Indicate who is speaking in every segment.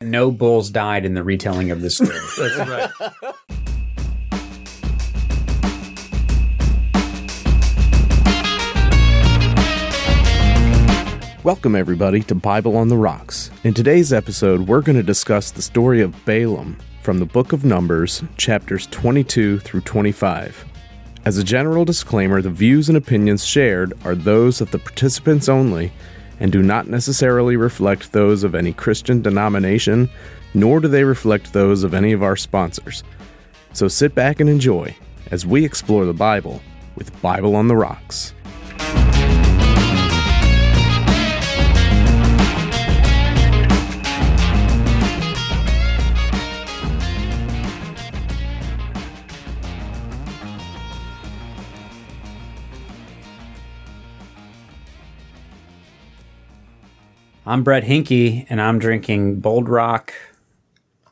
Speaker 1: No bulls died in the retelling of this story.
Speaker 2: That's right.
Speaker 3: Welcome, everybody, to Bible on the Rocks. In today's episode, we're going to discuss the story of Balaam from the book of Numbers, chapters 22 through 25. As a general disclaimer, the views and opinions shared are those of the participants only and do not necessarily reflect those of any Christian denomination, nor do they reflect those of any of our sponsors. So sit back and enjoy as we explore the Bible with Bible on the Rocks.
Speaker 1: I'm Brett Hinkey, and I'm drinking Bold Rock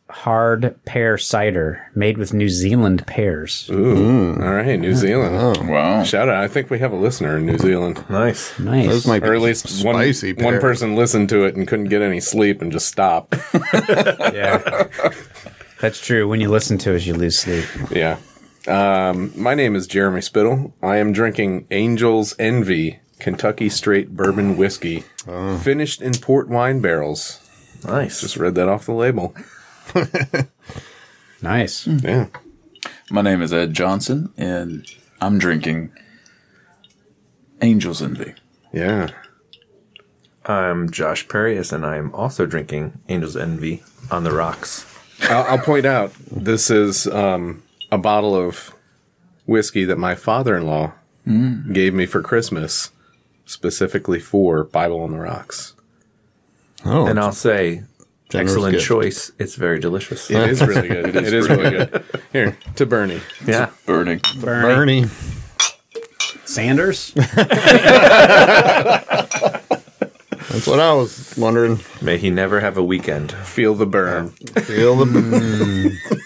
Speaker 1: hard pear cider made with New Zealand pears.
Speaker 3: Ooh, all right, New Zealand.
Speaker 4: Oh, Wow.
Speaker 3: Shout out. I think we have a listener in New Zealand.
Speaker 2: Nice.
Speaker 1: Nice.
Speaker 4: Those might be
Speaker 3: Or at least one,
Speaker 4: spicy pear.
Speaker 3: one person listened to it and couldn't get any sleep and just stopped.
Speaker 1: yeah. That's true. When you listen to us, you lose sleep.
Speaker 3: yeah. Um, my name is Jeremy Spittle. I am drinking Angel's Envy Kentucky Straight Bourbon Whiskey,
Speaker 4: Oh.
Speaker 3: finished in port wine barrels.
Speaker 2: Nice.
Speaker 3: Just read that off the label.
Speaker 1: Nice.
Speaker 3: Yeah.
Speaker 4: My name is Ed Johnson, and I'm drinking Angel's Envy.
Speaker 3: Yeah.
Speaker 2: I'm Josh Perius, and I'm also drinking Angel's Envy on the rocks.
Speaker 3: I'll, I'll point out this is um, a bottle of whiskey that my father in law gave me for Christmas, specifically for Bible on the Rocks.
Speaker 4: Oh,
Speaker 2: And I'll say,
Speaker 4: generous
Speaker 2: excellent
Speaker 4: gift.
Speaker 2: choice. It's very delicious. Yeah.
Speaker 3: It is really good. it is, really good. Here, to Bernie.
Speaker 4: Burning.
Speaker 5: Oh,
Speaker 6: Bernie.
Speaker 1: Sanders?
Speaker 6: That's what I was wondering.
Speaker 2: May he never have a weekend.
Speaker 3: Feel the burn.
Speaker 6: Feel the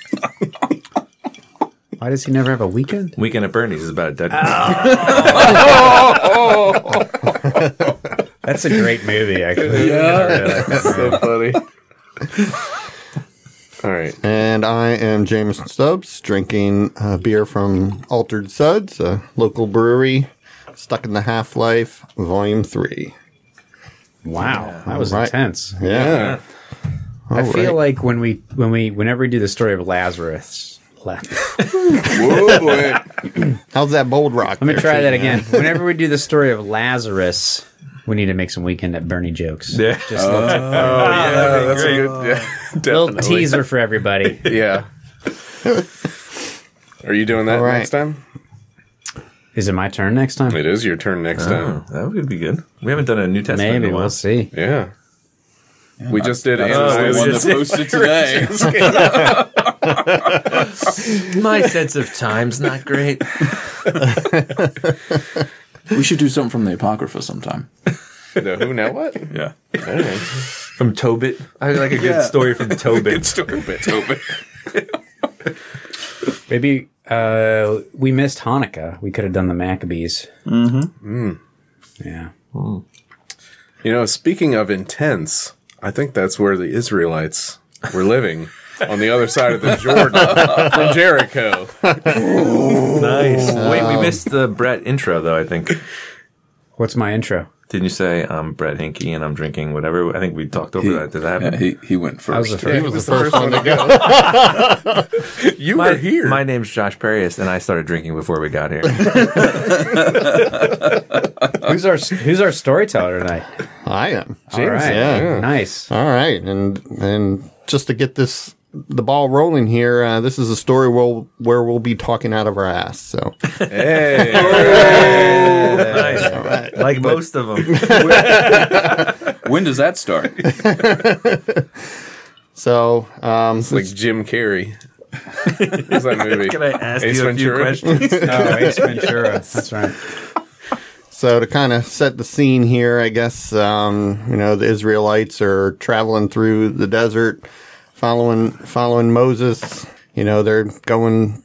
Speaker 1: Why does he never have a weekend?
Speaker 2: Weekend at Bernie's is about a dead.
Speaker 1: That's a great movie, actually.
Speaker 3: so funny. All right.
Speaker 6: and I am Jameson Stubbs, drinking uh, beer from Altered Suds, a local brewery. Stuck in the Half Life, Volume Three.
Speaker 1: Wow. That was
Speaker 6: Right.
Speaker 1: intense.
Speaker 6: Yeah,
Speaker 1: I feel
Speaker 6: right.
Speaker 1: like when we when we whenever we do the story of Lazarus, La-
Speaker 4: Whoa, boy.
Speaker 6: how's that bold rock?
Speaker 1: let me try that again. Whenever we do the story of Lazarus, we need to make some weekend at Bernie jokes.
Speaker 2: Yeah.
Speaker 1: Just a little
Speaker 2: yeah,
Speaker 3: That's a good. Yeah,
Speaker 1: little
Speaker 3: definitely.
Speaker 1: teaser for everybody.
Speaker 3: Yeah. Are you doing that
Speaker 6: All right.
Speaker 3: next time?
Speaker 1: Is it my turn next time?
Speaker 3: It is your turn next time.
Speaker 2: Oh, That would be good. We haven't done a New Testament
Speaker 1: Maybe
Speaker 2: in a while.
Speaker 1: we'll see.
Speaker 3: Yeah. we just did
Speaker 4: That's
Speaker 3: Anna
Speaker 4: the
Speaker 3: Lewis.
Speaker 4: one
Speaker 2: just-
Speaker 4: that posted today.
Speaker 2: My sense of time's not great.
Speaker 4: we should do something from the Apocrypha sometime.
Speaker 3: the Who Now What?
Speaker 4: Yeah.
Speaker 2: From Tobit. I like a good story from Tobit.
Speaker 1: Maybe uh, we missed Hanukkah. We could have done the Maccabees. Mm-hmm. Yeah.
Speaker 3: You know, speaking of intense, I think that's where the Israelites were living on the other side of the Jordan from Jericho.
Speaker 2: nice.
Speaker 3: um,
Speaker 2: Wait, we missed the Brett intro, though, I think.
Speaker 1: What's my intro?
Speaker 2: Didn't you say I'm Brett Hinkey and I'm drinking whatever? I think we talked over that. Did that happen?
Speaker 4: Yeah, he, he went first.
Speaker 1: was the first.
Speaker 3: He was the first one to go. you were here.
Speaker 2: My name's Josh Perius, and I started drinking before we got here.
Speaker 1: Who's our Who's our storyteller tonight?
Speaker 6: I am.
Speaker 1: All right.
Speaker 6: yeah.
Speaker 1: Nice.
Speaker 6: All right, and and just to get this the ball rolling here, uh, this is a story we'll, where we'll be talking out of our ass. So
Speaker 2: nice. Like most of them.
Speaker 4: when does that start?
Speaker 6: so um,
Speaker 3: like Jim Carrey. What's that movie?
Speaker 2: Can I ask
Speaker 3: Ace
Speaker 2: you a few
Speaker 3: Ventura?
Speaker 2: questions?
Speaker 1: Oh, Ace Ventura. That's right.
Speaker 6: So to kind of set the scene here, I guess um, you know the Israelites are traveling through the desert, following following Moses. You know they're going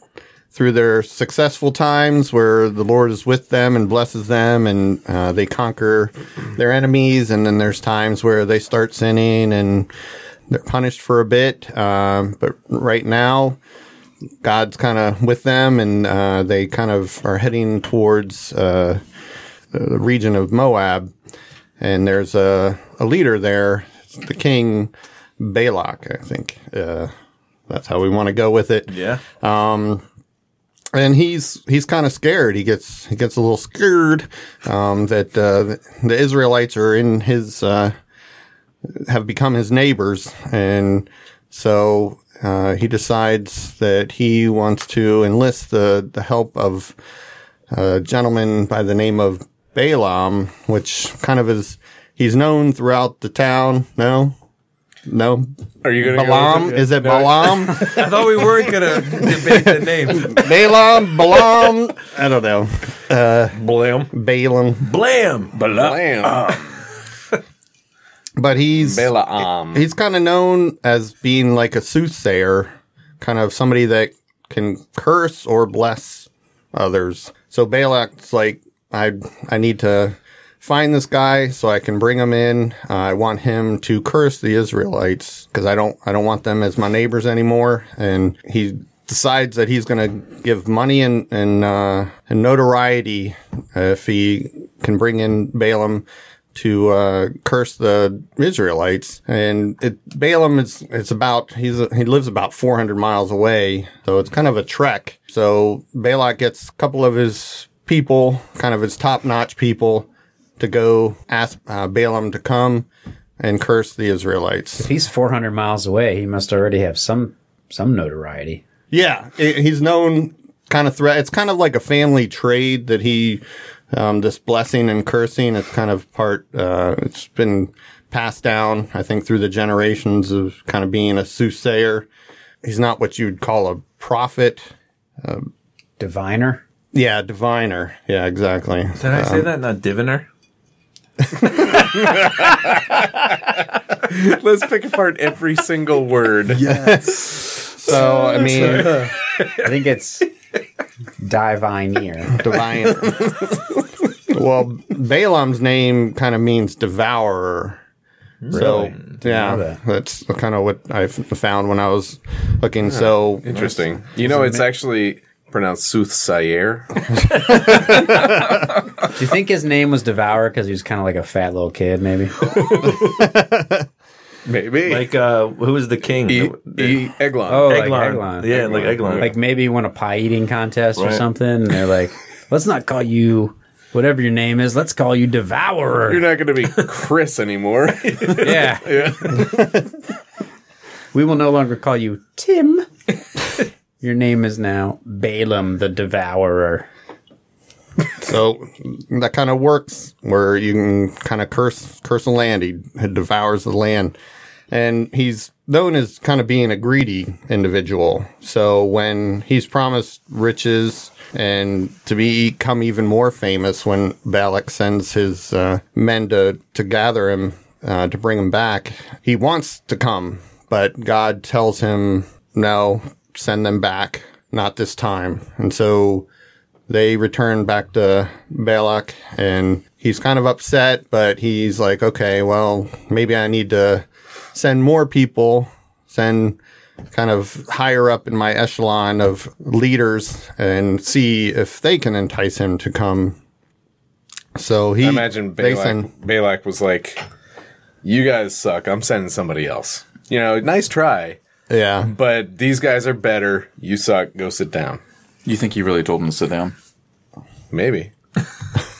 Speaker 6: through their successful times where the Lord is with them and blesses them, and uh, they conquer their enemies. And then there's times where they start sinning and they're punished for a bit, um, but right now God's kind of with them, and uh, they kind of are heading towards uh, the region of Moab, and there's a, a leader there, the king Balak, I think. Uh, that's how we want to go with it
Speaker 2: Yeah.
Speaker 6: and he's he's kind of scared. He gets he gets a little scared um, that uh, the Israelites are in his uh, have become his neighbors, and so uh, he decides that he wants to enlist the the help of a gentleman by the name of Balaam, which kind of is he's known throughout the town. No, no,
Speaker 3: Are you going to
Speaker 6: Balaam is it Balaam?
Speaker 2: I thought we weren't gonna debate the name.
Speaker 6: Balaam, Balaam. I don't know.
Speaker 3: Blam.
Speaker 6: Balaam,
Speaker 2: Blam.
Speaker 6: but he's
Speaker 3: Balaam.
Speaker 6: he's kind of known as being like a soothsayer, kind of somebody that can curse or bless others. So Balak's like, I I need to find this guy so I can bring him in. Uh, I want him to curse the Israelites because I don't I don't want them as my neighbors anymore. And he decides that he's going to give money and and, uh, and notoriety uh, if he can bring in Balaam to uh, curse the Israelites. And it, Balaam is it's about he's he lives about 400 miles away, so it's kind of a trek. So Balak gets a couple of his people, kind of his top notch people, to go ask uh, Balaam to come and curse the Israelites.
Speaker 1: If he's 400 miles away, he must already have some some notoriety.
Speaker 6: Yeah, he- he's known kind of threat. It's kind of like a family trade that he, um, this blessing and cursing. It's kind of part. Uh, it's been passed down, I think, through the generations of kind of being a soothsayer. He's not what you'd call a prophet.
Speaker 1: Diviner.
Speaker 6: Yeah, diviner. Yeah, exactly.
Speaker 2: Did I say that? Not diviner.
Speaker 3: Let's pick apart every single word.
Speaker 6: So I mean,
Speaker 1: I think it's diviner.
Speaker 6: divine. well, Balaam's name kind of means devourer. So yeah, that's kind of what I f- found when I was looking. So
Speaker 3: Interesting. You know, it's actually pronounced soothsayer.
Speaker 1: Do you think his name was Devour because he was kind of like a fat little kid, maybe?
Speaker 3: Maybe.
Speaker 2: Like uh, who was the king?
Speaker 3: e-
Speaker 2: that- that-
Speaker 3: e- Eglon.
Speaker 1: Oh, like
Speaker 2: Eglon.
Speaker 1: Eglon.
Speaker 2: Yeah, like Eglon.
Speaker 1: Like maybe you won a pie eating contest or
Speaker 3: Right.
Speaker 1: something. And they're like, let's not call you whatever your name is. Let's call you Devourer.
Speaker 3: You're not going to be Chris anymore.
Speaker 1: yeah. we will no longer call you Tim. your name is now Balaam the Devourer.
Speaker 6: So that kind of works where you can kind of curse curse the land. He devours the land, and he's known as kind of being a greedy individual. So when he's promised riches and to become even more famous, when Balak sends his uh, men to to gather him uh, to bring him back, he wants to come, but God tells him no, send them back, not this time. And so they return back to Balak and he's kind of upset, but he's like, okay, well, maybe I need to send more people, send kind of higher up in my echelon of leaders and see if they can entice him to come. So he
Speaker 3: I imagine
Speaker 6: they
Speaker 3: Balak,
Speaker 6: send-
Speaker 3: Balak was like, you guys suck. I'm sending somebody else. You know, nice try,
Speaker 6: yeah.
Speaker 3: but these guys are better. You suck. Go sit down.
Speaker 5: You think he really told him to sit down?
Speaker 3: Maybe.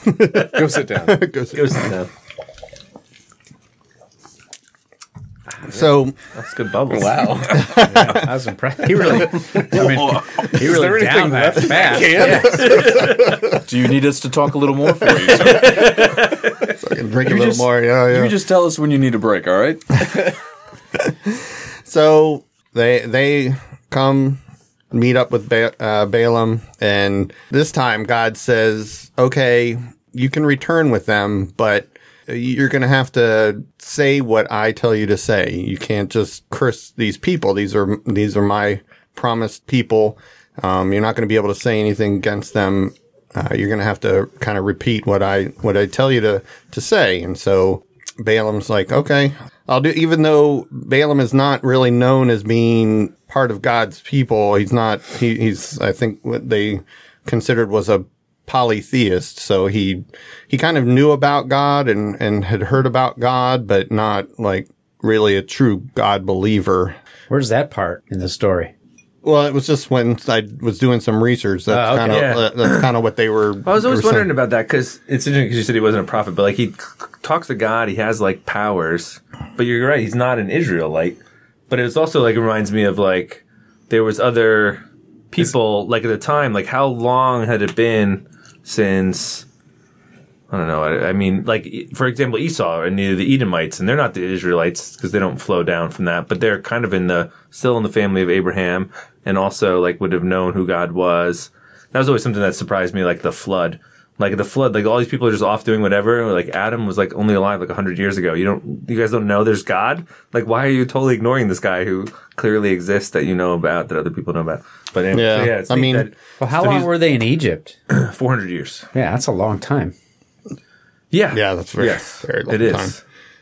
Speaker 3: Go sit down.
Speaker 2: Goes to town.
Speaker 6: So
Speaker 2: That's good bubbles.
Speaker 3: Wow.
Speaker 1: I was impressed. He really, I mean, he really down
Speaker 3: anything
Speaker 1: that fast. Yeah.
Speaker 5: Do you need us to talk a little more for you? sir?
Speaker 6: I can drink a
Speaker 5: You
Speaker 6: little
Speaker 5: just-
Speaker 6: more. Yeah, yeah.
Speaker 5: You just tell us when you need a break, all right?
Speaker 6: So they they come meet up with ba- uh, Balaam, and this time God says, "Okay, you can return with them, but you're going to have to say what I tell you to say. You can't just curse these people. These are these are my promised people. Um, you're not going to be able to say anything against them." Uh, you're going to have to kind of repeat what I what I tell you to to say, and so Balaam's like, okay, I'll do, even though Balaam is not really known as being part of God's people, he's not, he, he's, I think what they considered was a polytheist. So he, he kind of knew about God and, and had heard about God, but not like really a true God believer.
Speaker 1: Where's that part in the story?
Speaker 6: Well, it was just when I was doing some research. That's
Speaker 1: Oh, okay.
Speaker 6: kind of,
Speaker 2: Yeah.
Speaker 6: that's kind of what they were.
Speaker 2: I was always
Speaker 6: were saying.
Speaker 2: wondering about that because it's interesting because you said he wasn't a prophet, but like he c- c- talks to God, he has like powers. But you're right, he's not an Israelite. But it was also like it reminds me of like there was other people like at the time, like how long had it been since I don't know. I, I mean, like e- for example, Esau and the, the Edomites, and they're not the Israelites because they don't flow down from that, but they're kind of in the still in the family of Abraham, and also like would have known who God was. That was always something that surprised me, like the flood. Like the flood, like all these people are just off doing whatever. Like Adam was like only alive like hundred years ago. You don't, you guys don't know there's God. Like why are you totally ignoring this guy who clearly exists that you know about that other people know about? But anyway,
Speaker 6: Yeah.
Speaker 2: so yeah, it's
Speaker 6: I
Speaker 2: neat
Speaker 6: mean-
Speaker 2: that
Speaker 1: Well, how
Speaker 2: So
Speaker 1: long
Speaker 2: he's-
Speaker 1: were they in Egypt?
Speaker 2: 400 years.
Speaker 1: Yeah, that's a long time.
Speaker 2: Yeah,
Speaker 6: Yeah, that's very-
Speaker 2: yes,
Speaker 6: very long
Speaker 2: it is.
Speaker 6: time.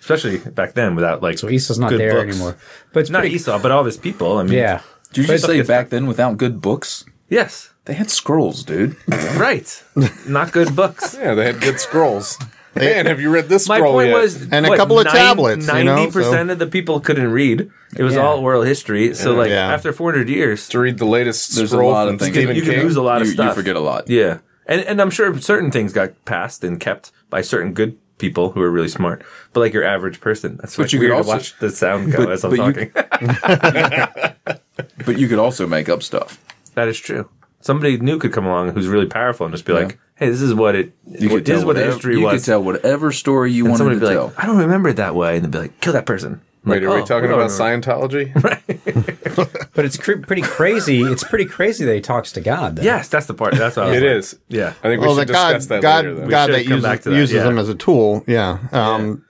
Speaker 2: Especially back then, without like
Speaker 1: So Esau's not
Speaker 2: good
Speaker 1: there
Speaker 2: books.
Speaker 1: anymore. But it's
Speaker 2: Not
Speaker 1: pretty,
Speaker 2: Esau, but all of his people. I mean,
Speaker 1: yeah.
Speaker 5: Did you just say back then without good books?
Speaker 2: yes,
Speaker 5: They had scrolls, dude.
Speaker 2: right. not good books.
Speaker 3: Yeah, they had good scrolls. Man, have you read this
Speaker 2: My
Speaker 3: scroll
Speaker 2: point
Speaker 3: yet?
Speaker 2: was,
Speaker 6: And a couple of tablets, you
Speaker 2: Ninety
Speaker 6: know,
Speaker 2: percent of the people couldn't read. It was all oral history. So like
Speaker 6: Yeah.
Speaker 2: after 400 years,
Speaker 3: to read the latest
Speaker 5: There's a
Speaker 3: scroll
Speaker 5: lot of
Speaker 3: from
Speaker 5: things.
Speaker 3: Stephen
Speaker 2: you
Speaker 3: King.
Speaker 2: can lose a lot of
Speaker 5: you,
Speaker 2: stuff.
Speaker 5: you forget a lot.
Speaker 2: Yeah, and and I'm sure certain things got passed and kept by certain good people who are really smart. But like your average person, that's
Speaker 5: But
Speaker 2: like
Speaker 5: you could
Speaker 2: weird
Speaker 5: also-
Speaker 2: to watch the sound go
Speaker 5: but-
Speaker 2: as I'm
Speaker 5: but you-
Speaker 2: talking.
Speaker 5: But you could also make up stuff.
Speaker 2: That is true. Somebody new could come along who's really powerful and just be like, "Hey, this is what it
Speaker 5: You
Speaker 2: what-
Speaker 5: could
Speaker 2: this
Speaker 5: tell
Speaker 2: is what the
Speaker 5: whatever-
Speaker 2: history
Speaker 5: you
Speaker 2: was."
Speaker 5: could tell whatever story you
Speaker 2: and
Speaker 5: wanted
Speaker 2: somebody
Speaker 5: to
Speaker 2: would be
Speaker 5: tell.
Speaker 2: like, "I don't remember it that way," and they'd be like, "Kill that person." I'm
Speaker 3: Wait,
Speaker 2: like,
Speaker 3: are we
Speaker 2: "Oh,
Speaker 3: talking
Speaker 2: don't
Speaker 3: about
Speaker 2: remember."
Speaker 3: Scientology?
Speaker 1: But it's cr- pretty crazy. it's pretty crazy that he talks to God. Then.
Speaker 2: Yes, that's the part. That's what I was
Speaker 3: it
Speaker 2: like.
Speaker 3: is.
Speaker 2: Yeah.
Speaker 3: I think we
Speaker 6: Well,
Speaker 3: should
Speaker 6: that God,
Speaker 3: discuss that
Speaker 6: God,
Speaker 3: later. Though.
Speaker 6: God
Speaker 2: should
Speaker 6: that
Speaker 2: come
Speaker 6: uses,
Speaker 2: back to that,
Speaker 6: uses
Speaker 2: yeah.
Speaker 6: them as a tool. Yeah. Um,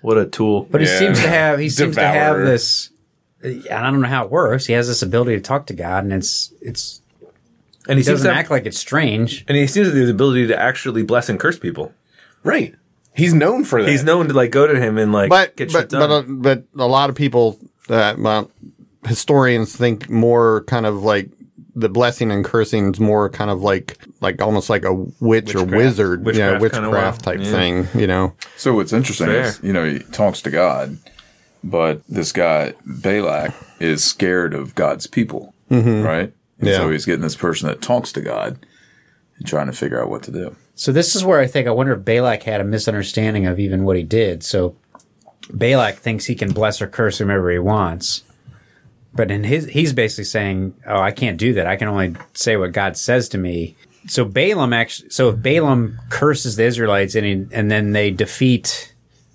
Speaker 2: What a tool.
Speaker 1: But he
Speaker 3: Yeah.
Speaker 1: seems to have he seems to have
Speaker 3: Devourer.
Speaker 1: this. And I don't know how it works. He has this ability to talk to God, and it's it's
Speaker 2: and he
Speaker 1: he
Speaker 2: seems
Speaker 1: doesn't
Speaker 2: to
Speaker 1: act
Speaker 2: have,
Speaker 1: like it's strange.
Speaker 2: and he seems to have the ability to actually bless and curse people.
Speaker 3: Right. He's known for that.
Speaker 2: He's known to like go to him and like
Speaker 6: but
Speaker 2: get shit
Speaker 6: but
Speaker 2: done.
Speaker 6: but, uh, but a lot of people that well, historians think more kind of like the blessing and cursing is more kind of like like almost like a witch or wizard, yeah,
Speaker 2: Witchcraft kinda
Speaker 6: witchcraft
Speaker 2: wild.
Speaker 6: type
Speaker 2: Yeah.
Speaker 6: thing. You know,
Speaker 5: So what's interesting
Speaker 2: Fair.
Speaker 5: is, you know, he talks to God, but this guy Balak is scared of God's people,
Speaker 4: Mm-hmm.
Speaker 5: right? And
Speaker 6: Yeah.
Speaker 5: So he's getting this person that talks to God and trying to figure out what to do.
Speaker 1: So this is where I think I wonder if Balak had a misunderstanding of even what he did. So Balak thinks he can bless or curse whomever he wants. But in his he's basically saying, "Oh, I can't do that. I can only say what God says to me." So Balaam actually so if Balaam curses the Israelites and he, and then they defeat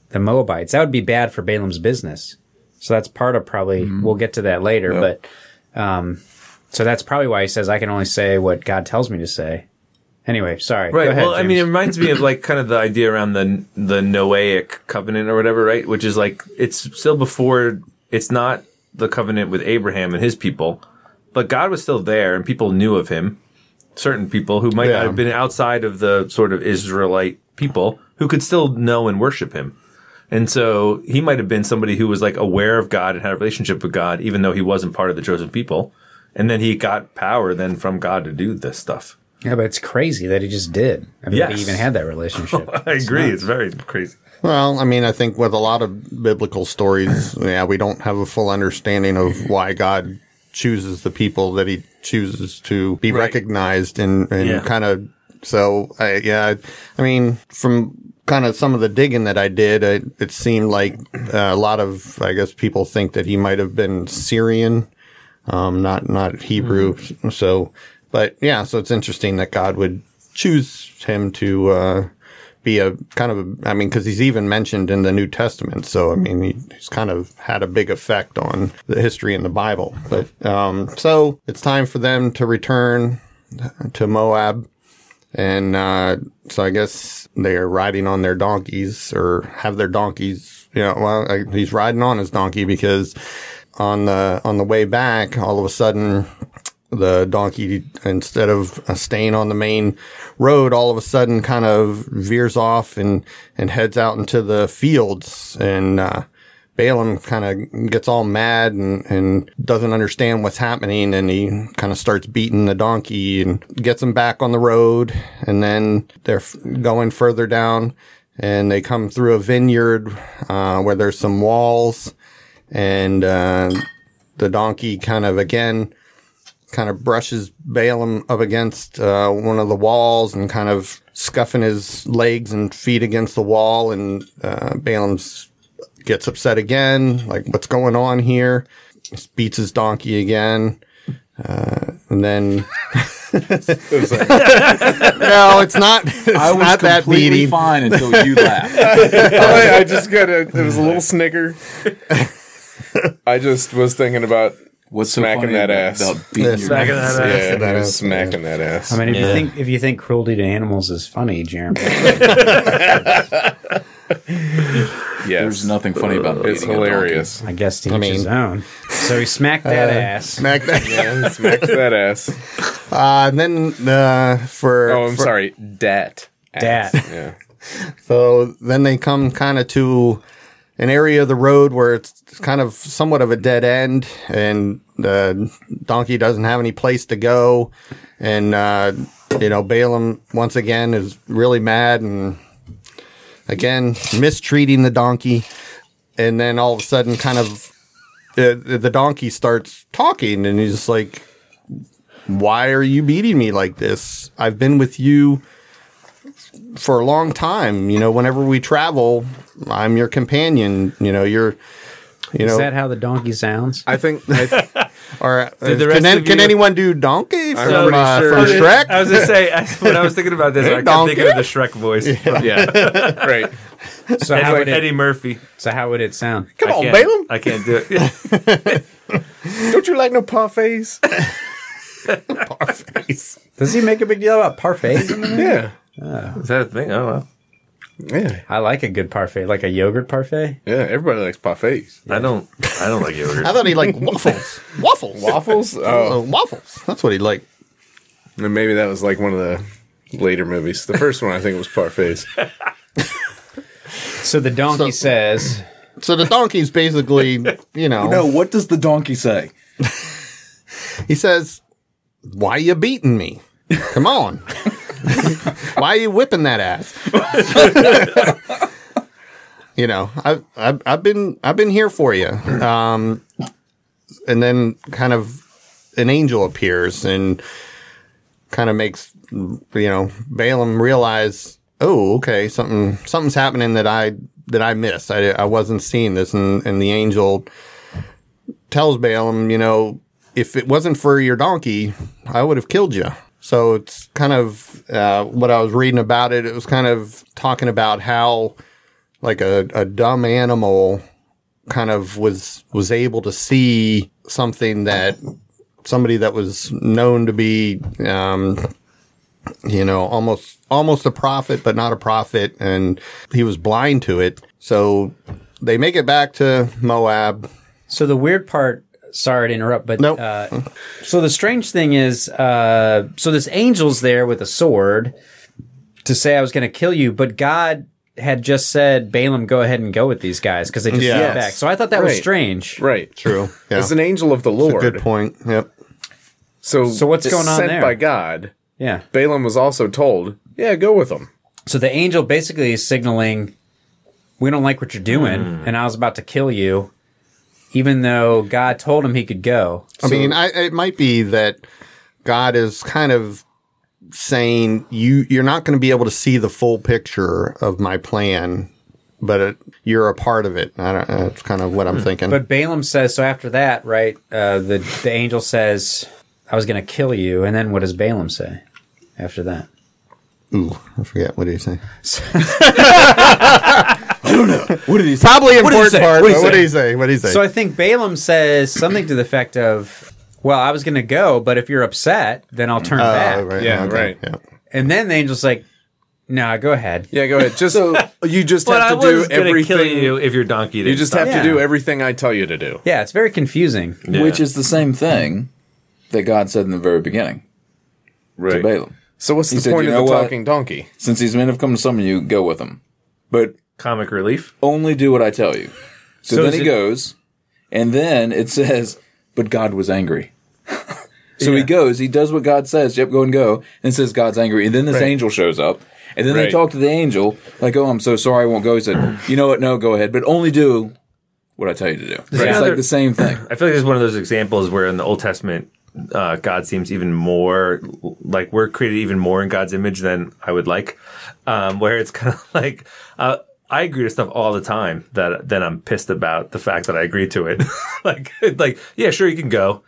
Speaker 1: the Moabites, that would be bad for Balaam's business. So that's part of probably
Speaker 2: Mm-hmm.
Speaker 1: we'll get to that later, but um so that's probably why he says I can only say what God tells me to say. Anyway, sorry.
Speaker 2: Right.
Speaker 1: Go ahead,
Speaker 2: well, I
Speaker 1: James.
Speaker 2: mean, it reminds me of like kind of the idea around the the Noahic covenant or whatever, right? Which is like it's still before it's not the covenant with Abraham and his people, but God was still there and people knew of him. Certain people who might
Speaker 6: Yeah.
Speaker 2: not have been outside of the sort of Israelite people who could still know and worship him. And so he might have been somebody who was like aware of God and had a relationship with God, even though he wasn't part of the chosen people. And then he got power then from God to do this stuff.
Speaker 1: Yeah, but it's crazy that he just did. I mean, that
Speaker 2: Yes.
Speaker 1: he even had that relationship.
Speaker 2: I agree. It's very crazy.
Speaker 6: Well, I mean, I think with a lot of biblical stories, yeah, we don't have a full understanding of why God chooses the people that He chooses to be recognized and, and
Speaker 2: Yeah.
Speaker 6: kind of. So, I, yeah, I mean, from kind of some of the digging that I did, it, it seemed like uh, a lot of, I guess, people think that he might have been Syrian, um, not not Hebrew. So, but yeah, so it's interesting that God would choose him to. Uh, be a kind of a, I mean, because he's even mentioned in the New Testament. So I mean, he, he's kind of had a big effect on the history in the Bible. But um, so it's time for them to return to Moab, and uh, so I guess they are riding on their donkeys or have their donkeys. You know, well, I, he's riding on his donkey because on the on the way back, all of a sudden the donkey instead of uh, staying on the main road all of a sudden kind of veers off and and heads out into the fields and uh Balaam kind of gets all mad and, and doesn't understand what's happening. And he kind of starts beating the donkey and gets him back on the road. And then they're f- going further down and they come through a vineyard uh, where there's some walls. And uh, the donkey kind of again kind of brushes Balaam up against uh, one of the walls and kind of scuffing his legs and feet against the wall. And uh, Balaam gets upset again, like, what's going on here? Just beats his donkey again. Uh, and then, no, it's not. It's
Speaker 4: I was
Speaker 6: not that
Speaker 4: completely
Speaker 6: beating.
Speaker 4: fine until you laughed.
Speaker 3: I, I just got a. It was a little snicker. I just was thinking about
Speaker 4: What's so
Speaker 3: Smacking
Speaker 4: funny
Speaker 3: that
Speaker 4: about-
Speaker 3: ass.
Speaker 4: about beating your
Speaker 2: Smacking that ass.
Speaker 3: yeah,
Speaker 6: that
Speaker 3: that
Speaker 6: ass,
Speaker 3: smacking that ass.
Speaker 1: I mean, if you think if you think cruelty to animals is funny, Jeremy,
Speaker 3: yes.
Speaker 4: There's nothing funny about beating
Speaker 3: It's
Speaker 4: a donkey.
Speaker 3: hilarious.
Speaker 1: I guess to each his own. So he smacked that ass.
Speaker 6: Smack that.
Speaker 3: Smack that ass.
Speaker 6: Uh, and then uh, for
Speaker 3: Oh, I'm
Speaker 6: for-
Speaker 3: sorry. Dat.
Speaker 1: Dat.
Speaker 3: Yeah.
Speaker 6: So then they come kind of to an area of the road where it's kind of somewhat of a dead end, and the donkey doesn't have any place to go. And, uh, you know, Balaam once again is really mad and again mistreating the donkey. And then all of a sudden, kind of the, the donkey starts talking, and he's like, Why are you beating me like this? I've been with you for a long time. You know, whenever we travel, I'm your companion. You know, you're, you know,
Speaker 1: Is that how the donkey sounds?
Speaker 3: I think. I th-
Speaker 6: or uh,
Speaker 2: the
Speaker 6: can,
Speaker 2: rest
Speaker 6: an-
Speaker 2: of
Speaker 6: can
Speaker 2: you-
Speaker 6: anyone do donkey from,
Speaker 2: pretty
Speaker 6: uh,
Speaker 2: sure-
Speaker 6: from Shrek?
Speaker 2: I was gonna say I, when I was thinking about this, I kept
Speaker 6: Donkey.
Speaker 2: thinking of the Shrek voice,
Speaker 3: yeah. Right.
Speaker 1: So
Speaker 2: It's
Speaker 1: how
Speaker 2: like
Speaker 1: would it,
Speaker 2: Eddie Murphy.
Speaker 1: so how would it sound?
Speaker 2: Come
Speaker 3: on, Oh, Balaam.
Speaker 2: I can't do it.
Speaker 3: Don't you like no parfaits?
Speaker 1: Does he make a big deal about parfaits? in there?
Speaker 3: yeah.
Speaker 2: Is that a thing? Oh well,
Speaker 3: Yeah.
Speaker 1: I like a good parfait, like a yogurt parfait.
Speaker 3: Yeah. Everybody likes parfaits.
Speaker 2: I don't. I don't like yogurt.
Speaker 6: I thought he liked waffles. waffles.
Speaker 3: Waffles?
Speaker 6: Uh,
Speaker 3: Oh.
Speaker 6: waffles. That's what he liked.
Speaker 3: And maybe that was like one of the later movies. The first one, I think, was parfaits.
Speaker 1: So the donkey
Speaker 6: So-
Speaker 1: says,
Speaker 6: So the donkey's basically, you know,
Speaker 4: No, what does the donkey say?
Speaker 6: he says, "Why you beating me? Come on." Why are you whipping that ass? you know, I've, I've I've been I've been here for you. Um, and then kind of an angel appears and kind of makes you know Balaam realize, oh, okay, something something's happening that I that I missed. I I wasn't seeing this, and and the angel tells Balaam, you know, if it wasn't for your donkey, I would have killed you. So it's kind of uh, what I was reading about it. It was kind of talking about how, like a, a dumb animal, kind of was was able to see something that somebody that was known to be, um, you know, almost almost a prophet, but not a prophet, and he was blind to it. So they make it back to Moab.
Speaker 1: so the weird part, sorry to interrupt, but
Speaker 6: Nope.
Speaker 1: uh, so the strange thing is, uh, so this angel's there with a sword to say I was going to kill you, but God had just said, Balaam, go ahead and go with these guys because they just
Speaker 6: Yes.
Speaker 1: went back. So I thought that was
Speaker 3: Right.
Speaker 1: strange.
Speaker 3: Right.
Speaker 6: True. Yeah.
Speaker 3: It's an angel of the Lord.
Speaker 6: Good point. Yep.
Speaker 3: So,
Speaker 1: So what's going on
Speaker 3: sent
Speaker 1: there?
Speaker 3: by God.
Speaker 1: Yeah.
Speaker 3: Balaam was also told, yeah, go with him.
Speaker 1: So the angel basically is signaling, we don't like what you're doing, and I was about to kill you, even though God told him he could go.
Speaker 6: I mean, I, it might be that God is kind of saying you you're not going to be able to see the full picture of my plan, but it, you're a part of it. I don't, that's kind of what I'm thinking.
Speaker 1: Hmm. But Balaam says, so after that, right, uh, the, the angel says, I was going to kill you. And then what does Balaam say after that?
Speaker 6: Ooh, I forget what did he say.
Speaker 4: What did he say?
Speaker 6: Probably important
Speaker 1: say?
Speaker 6: part.
Speaker 1: What did he
Speaker 6: but
Speaker 1: say?
Speaker 6: What did he say? What did he say?
Speaker 1: So I think Balaam says something to the effect of, well, I was going to go, but if you're upset, then I'll turn
Speaker 6: Oh,
Speaker 1: back.
Speaker 6: right,
Speaker 3: Yeah,
Speaker 6: okay,
Speaker 3: right.
Speaker 6: Yeah.
Speaker 1: And then the angel's like, no, go ahead.
Speaker 3: Yeah, go ahead. Just you just
Speaker 2: but I
Speaker 3: have to do
Speaker 2: was gonna
Speaker 3: everything.
Speaker 2: kill you if your donkey. Didn't
Speaker 3: You just have
Speaker 2: stop.
Speaker 1: Yeah.
Speaker 3: to do everything I tell you to do.
Speaker 1: Yeah, it's very confusing.
Speaker 4: Which is the same thing that God said in the very beginning to
Speaker 3: Right.
Speaker 4: Balaam.
Speaker 3: So what's the
Speaker 4: said,
Speaker 3: point
Speaker 4: "You
Speaker 3: of
Speaker 4: know
Speaker 3: the
Speaker 4: what?
Speaker 3: talking donkey?
Speaker 4: Since these men have come to summon you, go with them. But
Speaker 2: comic relief.
Speaker 4: only do what I tell you. So,
Speaker 2: So
Speaker 4: then
Speaker 2: is
Speaker 4: he
Speaker 2: it-
Speaker 4: goes, and then it says, "But God was angry." so he
Speaker 2: Yeah.
Speaker 4: goes, he does what God says. Yep, go and go. And it says God's angry, and then this angel shows up, and then they
Speaker 2: Right.
Speaker 4: talk to the angel like, "Oh, I'm so sorry, I won't go." He said, "You know what? No, go ahead, but only do what I tell you to do." So It's
Speaker 2: another-
Speaker 4: like the same thing.
Speaker 2: I feel like this is one of those examples where in the Old Testament, uh, God seems even more like we're created even more in God's image than I would like. Um, where it's kind of like uh, I agree to stuff all the time that then I'm pissed about the fact that I agree to it. like, like yeah, sure you can go.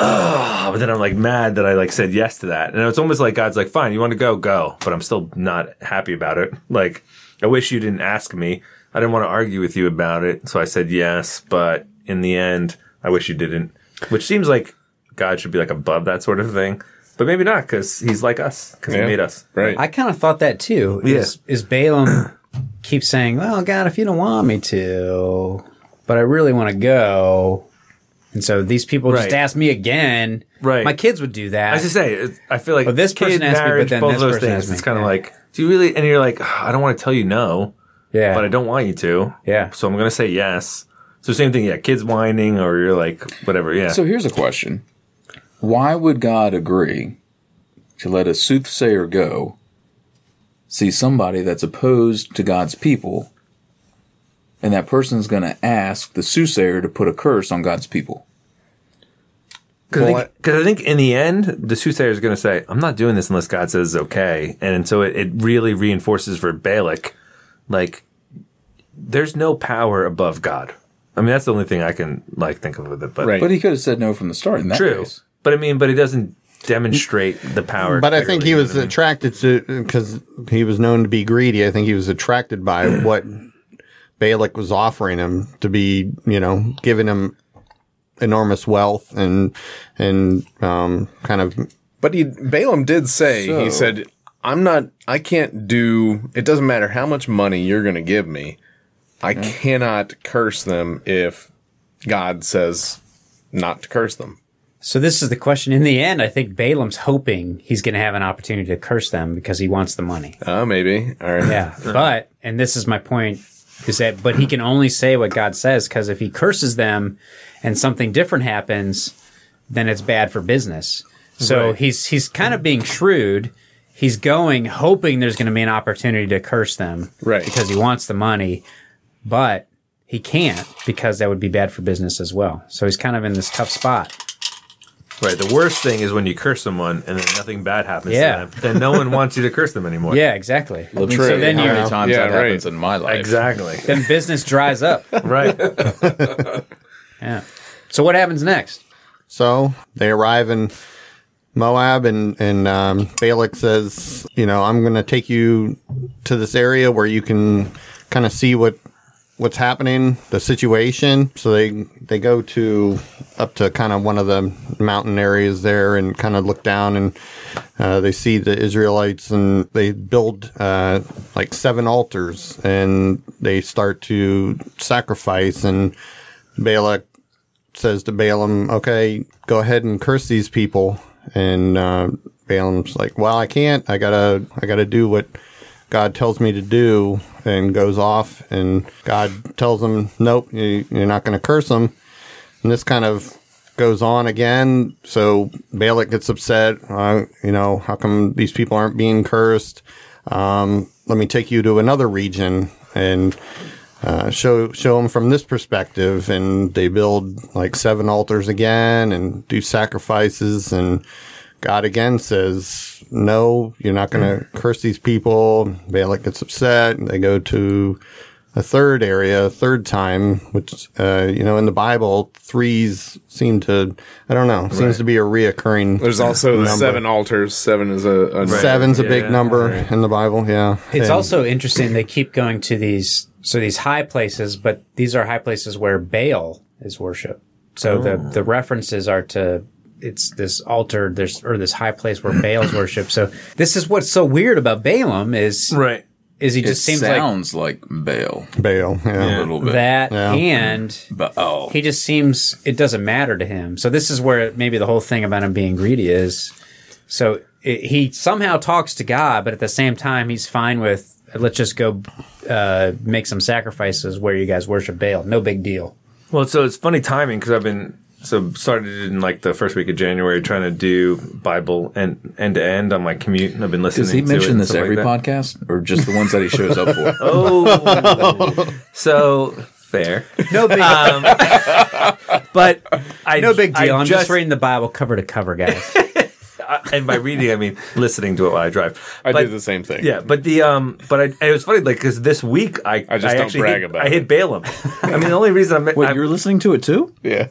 Speaker 2: Ugh, but then I'm like mad that I like said yes to that, and it's almost like God's like, fine, you want to go, go, but I'm still not happy about it. Like, I wish you didn't ask me. I didn't want to argue with you about it, so I said yes, but in the end, I wish you didn't. Which seems like God should be like above that sort of thing, but maybe not because He's like us because He made us.
Speaker 3: Right.
Speaker 1: I kind of thought that too. Is, is Balaam keeps saying, "Well, God, if you don't want me to, but I really want to go," and so these people
Speaker 2: Right.
Speaker 1: just ask me again.
Speaker 2: Right.
Speaker 1: My kids would do that.
Speaker 2: I was just say, it- I feel like
Speaker 1: Well, this person asked me, but then
Speaker 2: both
Speaker 1: this
Speaker 2: of those
Speaker 1: person
Speaker 2: things.
Speaker 1: asked me,
Speaker 2: It's kind of
Speaker 1: yeah.
Speaker 2: like, do you really? And you're like, "Ugh, I don't want to tell you no.
Speaker 1: yeah,
Speaker 2: but I don't want you to.
Speaker 1: Yeah.
Speaker 2: So I'm gonna say yes. So same thing, yeah, kids whining or you're like whatever, yeah.
Speaker 4: So here's a question: Why would God agree to let a soothsayer go? See somebody that's opposed to God's people, and that person's going to ask the soothsayer to put a curse on God's people.
Speaker 2: Because I,
Speaker 6: Well,
Speaker 2: think- 'cause I think in the end, the soothsayer is going to say, I'm not doing this unless God says it's okay. And so it, it really reinforces for Balak, like, there's no power above God. I mean, that's the only thing I can, like, think of with it. But
Speaker 3: Right.
Speaker 4: But he could have said no from the start. In that
Speaker 2: true.
Speaker 4: case.
Speaker 2: But I mean, but it doesn't demonstrate the power.
Speaker 6: But I think
Speaker 2: clearly,
Speaker 6: he
Speaker 2: you know
Speaker 6: was
Speaker 2: what I mean?
Speaker 6: attracted to because he was known to be greedy. I think he was attracted by what Balak was offering him to be, you know, giving him enormous wealth and and um, kind of
Speaker 3: But he, Balaam did say, he said, I'm not, I can't do, it doesn't matter how much money you're going to give me. I cannot curse them if God says not to curse them.
Speaker 1: So this is the question. In the end, I think Balaam's hoping he's going to have an opportunity to curse them because he wants the money.
Speaker 3: Uh, maybe. All right.
Speaker 1: Yeah, but and this is my point is that but he can only say what God says because if he curses them and something different happens, then it's bad for business. So he's he's kind of being shrewd. He's going hoping there's going to be an opportunity to curse them,
Speaker 3: Right.
Speaker 1: Because he wants the money, but he can't because that would be bad for business as well. So he's kind of in this tough spot.
Speaker 2: Right. The worst thing is when you curse someone and then nothing bad happens
Speaker 1: Yeah.
Speaker 2: to them. Then no one wants you to curse them anymore.
Speaker 1: Yeah, exactly.
Speaker 4: Let's
Speaker 1: So
Speaker 4: see
Speaker 1: then
Speaker 4: how many
Speaker 1: you
Speaker 4: times
Speaker 3: Yeah,
Speaker 4: that
Speaker 3: right.
Speaker 4: happens in my life.
Speaker 2: Exactly.
Speaker 1: then business dries up.
Speaker 2: right.
Speaker 1: Yeah. So what happens next?
Speaker 6: So they arrive in Moab, and and um, Balak says, you know, I'm going to take you to this area where you can kind of see what what's happening, the situation. So they they go to up to kind of one of the mountain areas there, and kind of look down, and uh, they see the Israelites, and they build uh, like seven altars, and they start to sacrifice, and Balak says to Balaam, "Okay, go ahead and curse these people." And uh, Balaam's like, "Well, I can't. I gotta, I gotta do what God tells me to do." And goes off, and God tells him, "Nope, you, you're not going to curse them." And this kind of goes on again. So Balak gets upset. Uh, you know, how come these people aren't being cursed? Um, let me take you to another region and uh, show show them from this perspective. And they build like seven altars again and do sacrifices. And God again says, "No, you're not going to curse these people." Balak gets upset, and they go to a third area, a third time, which, uh, you know, in the Bible, threes seem to, I don't know, seems to be a reoccurring.
Speaker 3: There's also the
Speaker 6: number.
Speaker 3: seven altars. Seven is a, a
Speaker 6: Seven's a
Speaker 2: Yeah,
Speaker 6: big number in the Bible, yeah.
Speaker 1: It's
Speaker 6: And-
Speaker 1: also interesting they keep going to these so these high places, but these are high places where Baal is worshipped. So the the references are to it's this altar there's or this high place where Baal's worshipped. So this is what's so weird about Balaam is
Speaker 2: Right.
Speaker 1: is he
Speaker 4: It
Speaker 1: just seems
Speaker 4: sounds like, Baal
Speaker 6: Baal,
Speaker 4: a
Speaker 6: yeah.
Speaker 4: little
Speaker 1: like
Speaker 4: bit. oh.
Speaker 1: that
Speaker 6: Yeah.
Speaker 1: and
Speaker 4: Baal.
Speaker 1: he just seems it doesn't matter to him. So this is where maybe the whole thing about him being greedy is. So it, he somehow talks to God, but at the same time he's fine with let's just go uh, make some sacrifices where you guys worship Baal. No big deal.
Speaker 2: Well, so it's funny timing because I've been so started in like the first week of January trying to do Bible and end to end on my commute, and I've been listening.
Speaker 4: Does he
Speaker 2: to it
Speaker 4: mention
Speaker 2: and
Speaker 4: this
Speaker 2: stuff like
Speaker 4: every
Speaker 2: that.
Speaker 4: podcast or just the ones that he shows up for?
Speaker 2: Oh, so fair.
Speaker 1: No big,
Speaker 2: Um,
Speaker 1: but I,
Speaker 2: No big
Speaker 1: I
Speaker 2: deal. I'm
Speaker 1: just,
Speaker 2: just-
Speaker 1: reading the Bible cover to cover, guys.
Speaker 2: and by reading, I mean listening to it while I drive.
Speaker 3: I
Speaker 2: but,
Speaker 3: do the same thing.
Speaker 2: Yeah, but the um, but I, and it was funny like because this week I
Speaker 3: I just don't
Speaker 2: actually
Speaker 3: brag
Speaker 2: hit,
Speaker 3: about
Speaker 2: I
Speaker 3: it.
Speaker 2: hit Balaam. I mean, the only reason I'm,
Speaker 4: Wait,
Speaker 2: I'm
Speaker 4: you're listening to it too?
Speaker 3: Yeah.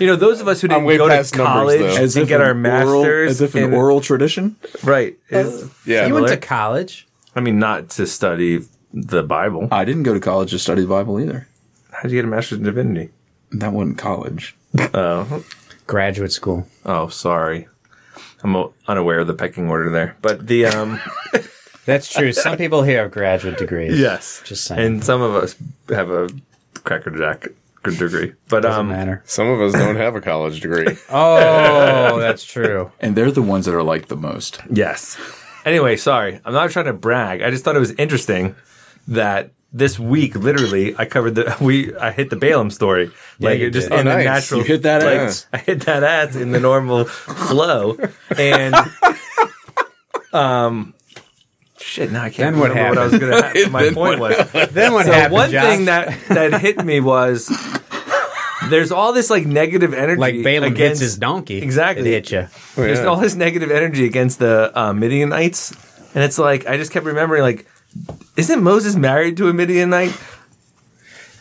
Speaker 2: you know those of us who didn't
Speaker 3: way
Speaker 2: go to
Speaker 3: past numbers,
Speaker 2: college
Speaker 3: though.
Speaker 2: and get our masters
Speaker 4: Oral, as if an
Speaker 2: and-
Speaker 4: oral tradition?
Speaker 2: right is
Speaker 3: Yeah.
Speaker 1: you went to
Speaker 2: Miller?
Speaker 1: college.
Speaker 2: I mean not to study the Bible.
Speaker 4: I didn't go to college to study the Bible either.
Speaker 2: How'd you get a master's in divinity?
Speaker 4: That wasn't college.
Speaker 1: Graduate school.
Speaker 2: Oh, sorry. I'm o- unaware of the pecking order there, but the um,
Speaker 1: That's true. Some people here have graduate degrees.
Speaker 2: yes,
Speaker 1: Just saying.
Speaker 2: and some of us have a cracker jack degree, but
Speaker 1: Doesn't
Speaker 2: um,
Speaker 1: matter.
Speaker 3: Some of us don't have a college degree.
Speaker 1: Oh, that's true.
Speaker 4: And they're the ones that are liked the most.
Speaker 2: Yes. Anyway, sorry. I'm not trying to brag. I just thought it was interesting that this week, literally, I covered the we. I hit the Balaam story, like
Speaker 1: you
Speaker 2: it just
Speaker 1: did.
Speaker 2: in
Speaker 3: Oh,
Speaker 2: the
Speaker 3: nice.
Speaker 2: natural.
Speaker 4: You hit that
Speaker 2: like,
Speaker 4: ass.
Speaker 2: I hit that ass in the normal flow, and um, shit. Now I can't
Speaker 1: Then what
Speaker 2: remember what I was
Speaker 1: happened?
Speaker 2: gonna. Ha- my point was
Speaker 1: Then what
Speaker 2: so
Speaker 1: happened?
Speaker 2: one
Speaker 1: Josh?
Speaker 2: thing that that hit me was there's all this like negative energy
Speaker 1: like Balaam
Speaker 2: against
Speaker 1: hits his donkey.
Speaker 2: Exactly.
Speaker 1: It hit you.
Speaker 2: there's
Speaker 3: Oh, yeah.
Speaker 2: all this negative energy against the uh, Midianites, and it's like I just kept remembering like, isn't Moses married to a Midianite?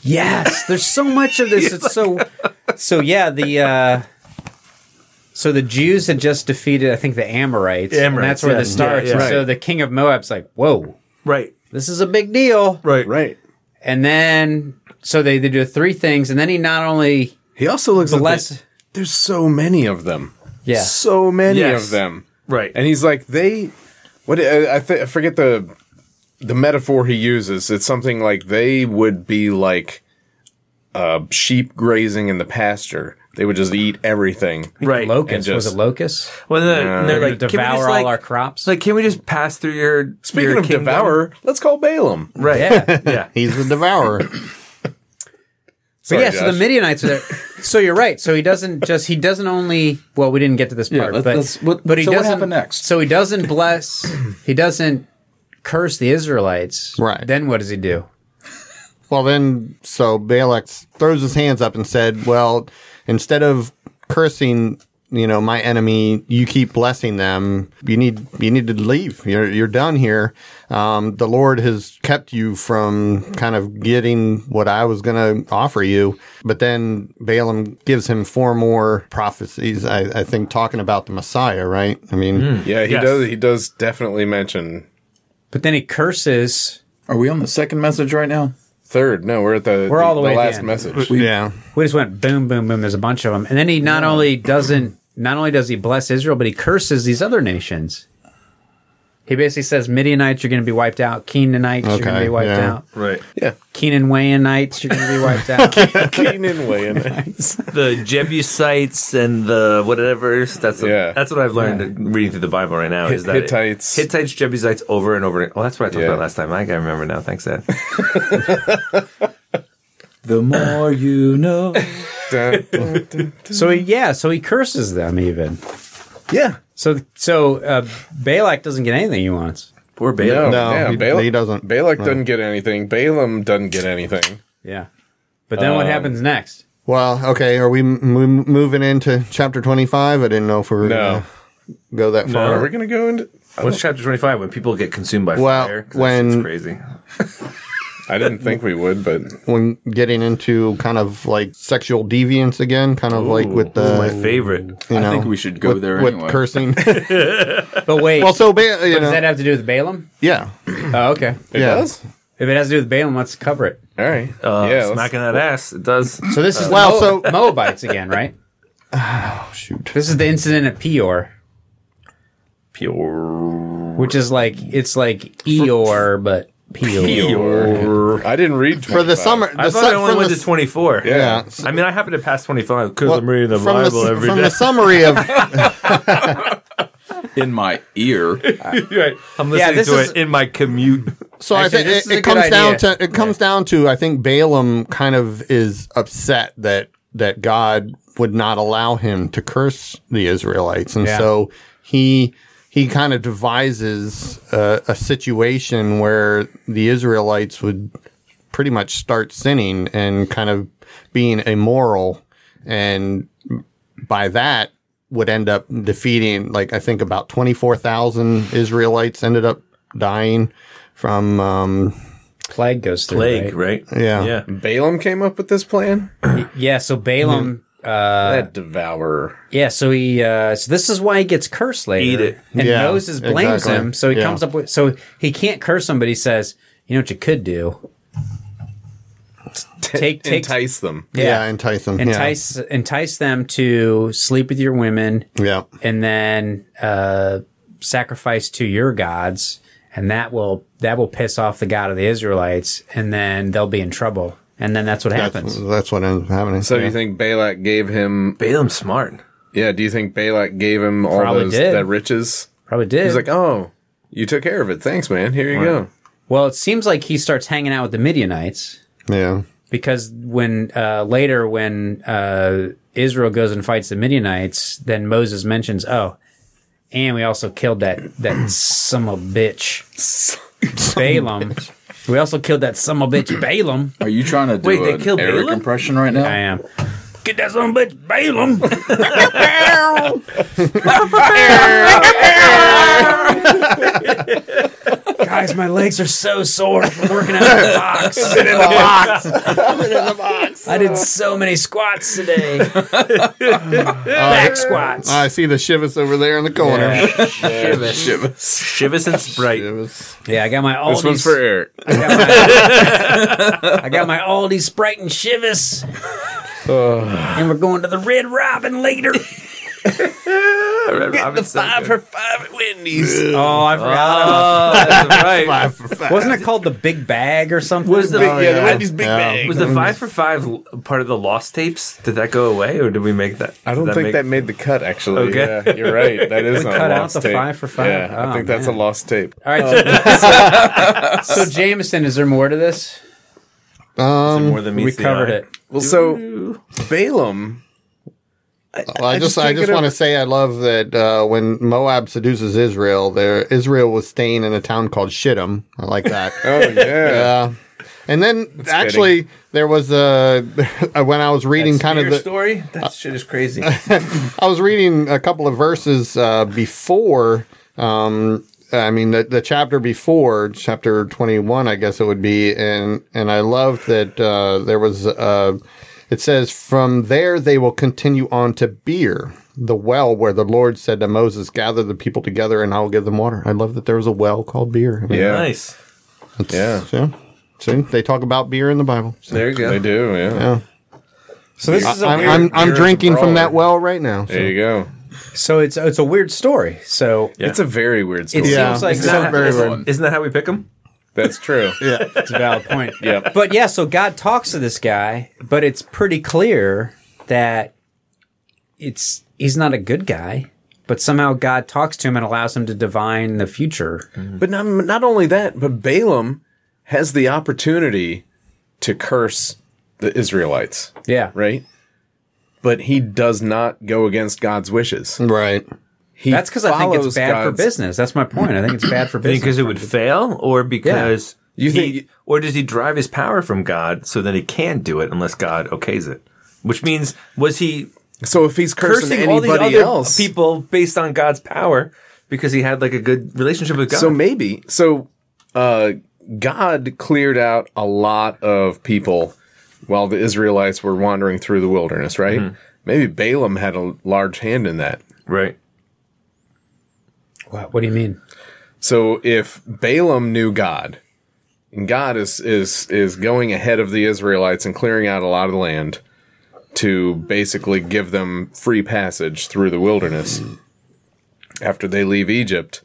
Speaker 1: Yes, there's so much of this. It's so so yeah, the uh so the Jews had just defeated I think the Amorites. and
Speaker 2: Amorites,
Speaker 1: that's where
Speaker 2: yeah.
Speaker 1: this starts.
Speaker 2: Yeah, yeah.
Speaker 1: And So the king of Moab's like, Whoa,
Speaker 2: Right.
Speaker 1: this is a big deal.
Speaker 2: Right.
Speaker 3: right.
Speaker 1: And then so they, they do three things, and then he not only
Speaker 3: He also looks
Speaker 1: Bless-
Speaker 3: at the, there's so many of them.
Speaker 1: Yeah.
Speaker 3: So many
Speaker 2: Yes.
Speaker 3: of them.
Speaker 2: Right.
Speaker 3: And he's like, they, what, I, I, th- I forget the, the metaphor he uses. It's something like they would be like, uh, sheep grazing in the pasture. They would just eat everything.
Speaker 2: right.
Speaker 1: Locust.
Speaker 3: And
Speaker 1: was
Speaker 3: just-
Speaker 1: it locust?
Speaker 2: Well, then, and they're
Speaker 1: They're
Speaker 2: like,
Speaker 1: gonna
Speaker 2: can we
Speaker 1: devour
Speaker 2: just,
Speaker 1: all
Speaker 2: like,
Speaker 1: our crops.
Speaker 2: Like, can we just pass through your
Speaker 3: Speaking
Speaker 2: your
Speaker 3: of
Speaker 2: kingdom?
Speaker 3: devourer, let's call Balaam.
Speaker 2: Right. Yeah. yeah.
Speaker 6: He's the devourer.
Speaker 1: but yeah, so
Speaker 3: Josh.
Speaker 1: the Midianites are there. so you're right. So he doesn't just he doesn't only well, we didn't get to this part,
Speaker 4: let's-
Speaker 1: but
Speaker 4: let's- what-
Speaker 1: but he
Speaker 4: so what
Speaker 1: doesn't
Speaker 4: happened next?
Speaker 1: So he doesn't bless he doesn't curse the Israelites.
Speaker 6: Right.
Speaker 1: Then what does he do?
Speaker 6: Well, then, so Balak throws his hands up and said, "Well, instead of cursing, you know, my enemy, you keep blessing them. You need, you need to leave. You're, you're done here. Um, the Lord has kept you from kind of getting what I was going to offer you." But then Balaam gives him four more prophecies. I, I think talking about the Messiah, right? I mean,
Speaker 3: Yeah, he
Speaker 2: Yes.
Speaker 3: does. He does definitely mention
Speaker 1: But then he curses.
Speaker 4: Are we on the second message right now?
Speaker 3: third. No, we're at the
Speaker 1: We're all the way at the
Speaker 3: last
Speaker 1: end.
Speaker 3: message.
Speaker 6: yeah.
Speaker 1: We just went boom, boom, boom. There's a bunch of them, and then he not only doesn't not only does he bless Israel, but he curses these other nations. He basically says Midianites, you're going to be wiped out. Canaanites, you're going to
Speaker 6: Okay,
Speaker 1: be wiped
Speaker 6: yeah.
Speaker 1: out.
Speaker 2: Right.
Speaker 1: Canaanites, you're going to be wiped out.
Speaker 3: Keenan Wayne.
Speaker 2: The Jebusites and the whatever's. That's what-
Speaker 3: Yeah.
Speaker 2: that's what I've learned reading through the Bible right now. is that it-
Speaker 3: Hittites.
Speaker 2: Hittites, Jebusites, over and over. and- Oh, that's what I talked
Speaker 3: Yeah.
Speaker 2: about last time. I gotta remember now. Thanks, Ed.
Speaker 4: The more you know.
Speaker 3: Dun, dun.
Speaker 1: so he, yeah, so he curses them even.
Speaker 3: yeah.
Speaker 1: So so uh, Balak doesn't get anything he wants.
Speaker 2: Poor
Speaker 3: No,
Speaker 2: Balaam.
Speaker 6: No,
Speaker 3: yeah,
Speaker 6: he-
Speaker 3: Balak,
Speaker 6: he doesn't.
Speaker 3: Balak doesn't get anything. Balaam doesn't get anything.
Speaker 1: Yeah, but then what happens next?
Speaker 6: Well, okay. Are we m- m- moving into chapter 25? I didn't know if we were
Speaker 3: No.
Speaker 6: going to go that
Speaker 1: Oh.
Speaker 6: far.
Speaker 3: Are we gonna go into?
Speaker 2: What's chapter 25 when people get consumed by
Speaker 6: Well,
Speaker 2: fire? 'Cause that
Speaker 6: when-
Speaker 2: shit's crazy.
Speaker 3: I didn't think we would, but
Speaker 6: When getting into kind of like sexual deviance again, kind of like with
Speaker 2: This
Speaker 6: the.
Speaker 2: is my favorite.
Speaker 6: You know,
Speaker 4: Oh I think we should go
Speaker 6: with,
Speaker 4: there
Speaker 6: with
Speaker 4: anyway.
Speaker 6: cursing.
Speaker 1: But wait,
Speaker 6: well, so ba- you
Speaker 1: does
Speaker 6: know,
Speaker 1: that have to do with Balaam?
Speaker 6: yeah,
Speaker 1: Oh, okay.
Speaker 3: it
Speaker 6: Yeah.
Speaker 3: does.
Speaker 1: If it has to do with Balaam, let's cover it.
Speaker 3: All right.
Speaker 2: Uh,
Speaker 3: yeah. let's-
Speaker 2: smacking that ass. It does.
Speaker 1: So this
Speaker 4: Uh,
Speaker 1: is
Speaker 6: Well,
Speaker 1: the Moab-
Speaker 6: so-
Speaker 1: Moabites again, right?
Speaker 3: Oh,
Speaker 6: shoot.
Speaker 1: This is the incident at Peor,
Speaker 2: Pure.
Speaker 1: which is like it's like Eeyore, but Peor.
Speaker 2: Pure.
Speaker 3: I didn't read
Speaker 6: For the
Speaker 3: 25.
Speaker 6: summer,
Speaker 2: I
Speaker 6: the
Speaker 2: thought
Speaker 6: su-
Speaker 2: I only
Speaker 6: from
Speaker 2: went
Speaker 6: the
Speaker 2: to 24.
Speaker 3: Yeah.
Speaker 6: s-
Speaker 2: I mean, I happen to pass 25 because I'm reading the
Speaker 6: from
Speaker 2: Bible
Speaker 6: the,
Speaker 2: every
Speaker 6: from
Speaker 2: day.
Speaker 6: the summary of
Speaker 4: in my ear.
Speaker 2: right. I'm
Speaker 1: Yeah,
Speaker 2: listening
Speaker 1: this
Speaker 2: to
Speaker 1: is-
Speaker 2: it in my commute.
Speaker 6: So
Speaker 1: Actually,
Speaker 6: I
Speaker 1: this
Speaker 6: think
Speaker 1: is
Speaker 6: it,
Speaker 1: a
Speaker 6: it
Speaker 1: good
Speaker 6: comes down
Speaker 1: idea.
Speaker 6: to it comes down to I think Balaam kind of is upset that that God would not allow him to curse the Israelites, and
Speaker 1: Yeah.
Speaker 6: so he he kind of devises uh, a situation where the Israelites would pretty much start sinning and kind of being immoral, and by that would end up defeating like I think about twenty four thousand Israelites ended up dying from um,
Speaker 1: Plague goes through.
Speaker 2: Plague,
Speaker 1: right?
Speaker 2: right?
Speaker 6: Yeah.
Speaker 2: Yeah.
Speaker 3: Balaam came up with this plan.
Speaker 6: Uh,
Speaker 1: Yeah. So Balaam.
Speaker 3: that devourer.
Speaker 1: Yeah. So he. Uh, so this is why he gets cursed later.
Speaker 2: Eat it.
Speaker 1: And
Speaker 6: Yeah,
Speaker 1: Moses blames
Speaker 6: exactly.
Speaker 1: him. So he
Speaker 6: Yeah.
Speaker 1: comes up with. So he can't curse him, but he says, "You know what you could do? Take take
Speaker 3: Entice them.
Speaker 6: yeah, entice them.
Speaker 1: entice entice them to sleep with your women
Speaker 6: Yeah. yeah.
Speaker 1: and then uh, sacrifice to your gods, and that will that will piss off the god of the Israelites, and then they'll be in trouble. And then that's what
Speaker 6: That's,
Speaker 1: happens.
Speaker 6: that's what ends up happening.
Speaker 3: So do
Speaker 6: yeah.
Speaker 3: you think Balak gave him?
Speaker 2: Balaam's smart.
Speaker 3: Yeah. Do you think Balak gave him all
Speaker 1: Probably
Speaker 3: those
Speaker 1: did.
Speaker 3: that riches?
Speaker 1: Probably did.
Speaker 3: He's like, oh, you took care of it. Thanks, man. Here you go.
Speaker 1: well, it seems like he starts hanging out with the Midianites
Speaker 6: yeah.
Speaker 1: because when uh, later when uh, Israel goes and fights the Midianites, then Moses mentions, "Oh, and we also killed that that son of a bitch Balaam. We also killed that son of a bitch Balaam.
Speaker 4: Are you trying to do
Speaker 2: Wait, they
Speaker 4: an
Speaker 2: killed
Speaker 4: Eric
Speaker 2: Balaam?
Speaker 4: impression right now?
Speaker 1: I am." Get that son of a bitch, Balaam. Guys, my legs are so sore from working out in the box. in the box. I did so many squats today. Back squats.
Speaker 6: Uh, I see the shivas over there in the corner.
Speaker 1: yeah.
Speaker 2: Shivas and Sprite.
Speaker 6: Shivas.
Speaker 1: Yeah, I got my Aldi.
Speaker 3: This one's for Eric.
Speaker 1: I got my Aldi Sprite and Shivas. and we're going to the Red Robin later.
Speaker 2: Get the five for five at Wendy's.
Speaker 1: Oh, I forgot.
Speaker 2: Uh, that's right.
Speaker 6: Five for five.
Speaker 1: Wasn't it called the Big Bag or something?
Speaker 2: Was the
Speaker 6: Oh, yeah. Yeah.
Speaker 2: Was the five for five l- part of the lost tapes? Did that go away, or did we make that?
Speaker 3: I don't
Speaker 2: did
Speaker 3: think
Speaker 2: make-
Speaker 3: that made the cut. Actually,
Speaker 2: Okay.
Speaker 3: yeah, you're right. That is
Speaker 1: We
Speaker 3: not
Speaker 1: cut
Speaker 3: a
Speaker 1: out
Speaker 3: lost
Speaker 1: the
Speaker 3: tape.
Speaker 1: five for five?
Speaker 3: Yeah,
Speaker 1: Oh,
Speaker 3: I think that's
Speaker 1: man.
Speaker 3: a lost tape.
Speaker 1: All right. So, so Jameson, is there more to this?
Speaker 2: more than
Speaker 1: We
Speaker 2: meets the
Speaker 1: covered
Speaker 2: eye.
Speaker 1: it.
Speaker 3: Well, so Balaam.
Speaker 6: Well, I, just, I
Speaker 3: can't
Speaker 6: just
Speaker 3: get
Speaker 6: want to
Speaker 3: over-
Speaker 6: say I love that uh, when Moab seduces Israel, there Israel was staying in a town called Shittim. I like that.
Speaker 3: Oh yeah.
Speaker 6: Yeah. And then actually, there was a when I was reading kind of
Speaker 2: Your
Speaker 6: the
Speaker 2: story?
Speaker 3: Uh,
Speaker 2: That shit is crazy.
Speaker 6: I was reading a couple of verses uh, before. Um, I mean, the, the chapter before, chapter twenty-one, I guess it would be, and and I love that uh, there was. Uh, it says, "From there they will continue on to Beer, the well where the Lord said to Moses, Gather the people together, and I will give them water.' I love that there was a well called Beer.
Speaker 3: Yeah.
Speaker 2: Nice.
Speaker 3: Yeah.
Speaker 6: So, see, they talk about beer in the Bible. So,
Speaker 2: There you go.
Speaker 3: They do. Yeah.
Speaker 1: So this is a
Speaker 6: I'm,
Speaker 1: weird,
Speaker 6: I'm, I'm
Speaker 3: beer is
Speaker 6: drinking from
Speaker 3: brawler.
Speaker 6: that well right now. so.
Speaker 3: There you go.
Speaker 1: so it's it's a weird story. So
Speaker 3: It's a very weird
Speaker 1: it
Speaker 3: story.
Speaker 6: Yeah.
Speaker 1: seems like
Speaker 6: It's
Speaker 2: Isn't
Speaker 6: not
Speaker 2: that-
Speaker 6: very
Speaker 2: isn't-
Speaker 6: weird.
Speaker 2: Isn't that how we pick them?
Speaker 3: That's true.
Speaker 1: that's a valid point.
Speaker 3: Yep.
Speaker 1: But yeah, so God talks to this guy, but it's pretty clear that it's he's not a good guy. But somehow God talks to him and allows him to divine the future.
Speaker 3: But not, not only that, but Balaam has the opportunity to curse the Israelites,
Speaker 1: Yeah.
Speaker 3: right? But he does not go against God's wishes.
Speaker 6: Right.
Speaker 3: He
Speaker 1: That's because I think
Speaker 3: follows
Speaker 1: it's bad
Speaker 3: God's-
Speaker 1: for business. That's my point. I think it's bad for business.
Speaker 2: Because it would fail, or because
Speaker 3: You
Speaker 2: he-
Speaker 3: think-
Speaker 2: or does he derive his power from God so that he can do it unless God okays it? Which means, was he
Speaker 3: So if he's cursing,
Speaker 2: cursing all these
Speaker 3: anybody
Speaker 2: other
Speaker 3: else,
Speaker 2: people based on God's power because he had like a good relationship with God?
Speaker 3: so maybe so uh, God cleared out a lot of people while the Israelites were wandering through the wilderness, right? Maybe Balaam had a large hand in that.
Speaker 2: right.
Speaker 1: What, what do you mean?
Speaker 3: So if Balaam knew God, and God is is is going ahead of the Israelites and clearing out a lot of land to basically give them free passage through the wilderness after they leave Egypt.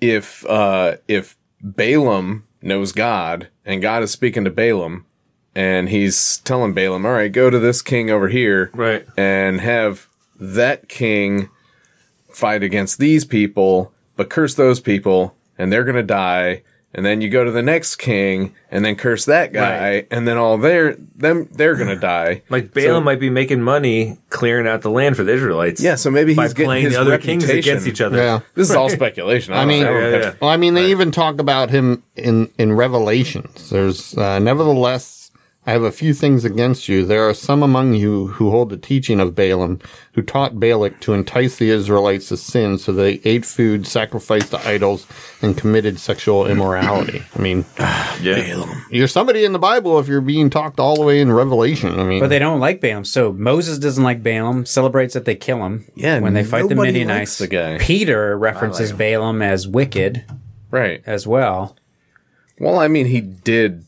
Speaker 3: If uh, if Balaam knows God and God is speaking to Balaam and he's telling Balaam, "All right, go to this king over here
Speaker 2: Right.
Speaker 3: and have that king fight against these people, but curse those people, and they're going to die. And then you go to the next king, and then curse that guy, and then all their them they're going to die.
Speaker 2: Like Balaam might be making money clearing out the land for the Israelites.
Speaker 3: Yeah, so maybe
Speaker 2: by
Speaker 3: he's getting
Speaker 2: playing
Speaker 3: his
Speaker 2: the other kings
Speaker 3: reputation.
Speaker 2: against each other.
Speaker 6: Yeah.
Speaker 3: This is all speculation.
Speaker 6: I
Speaker 3: don't
Speaker 6: mean,
Speaker 3: know.
Speaker 2: yeah, yeah.
Speaker 6: well, I mean, they even talk about him in in Revelations. There's uh, nevertheless, I have a few things against you. There are some among you who hold the teaching of Balaam, who taught Balak to entice the Israelites to sin, so they ate food, sacrificed to idols, and committed sexual immorality. I mean, you're somebody in the Bible if you're being talked all the way in Revelation. I mean,
Speaker 1: But they don't like Balaam. So Moses doesn't like Balaam, celebrates that they kill him.
Speaker 3: Yeah,
Speaker 1: When they fight the
Speaker 3: nobody
Speaker 1: Midianites.
Speaker 3: likes the guy.
Speaker 1: Peter references Balaam as wicked
Speaker 3: right?
Speaker 1: as well.
Speaker 3: Well, I mean, he did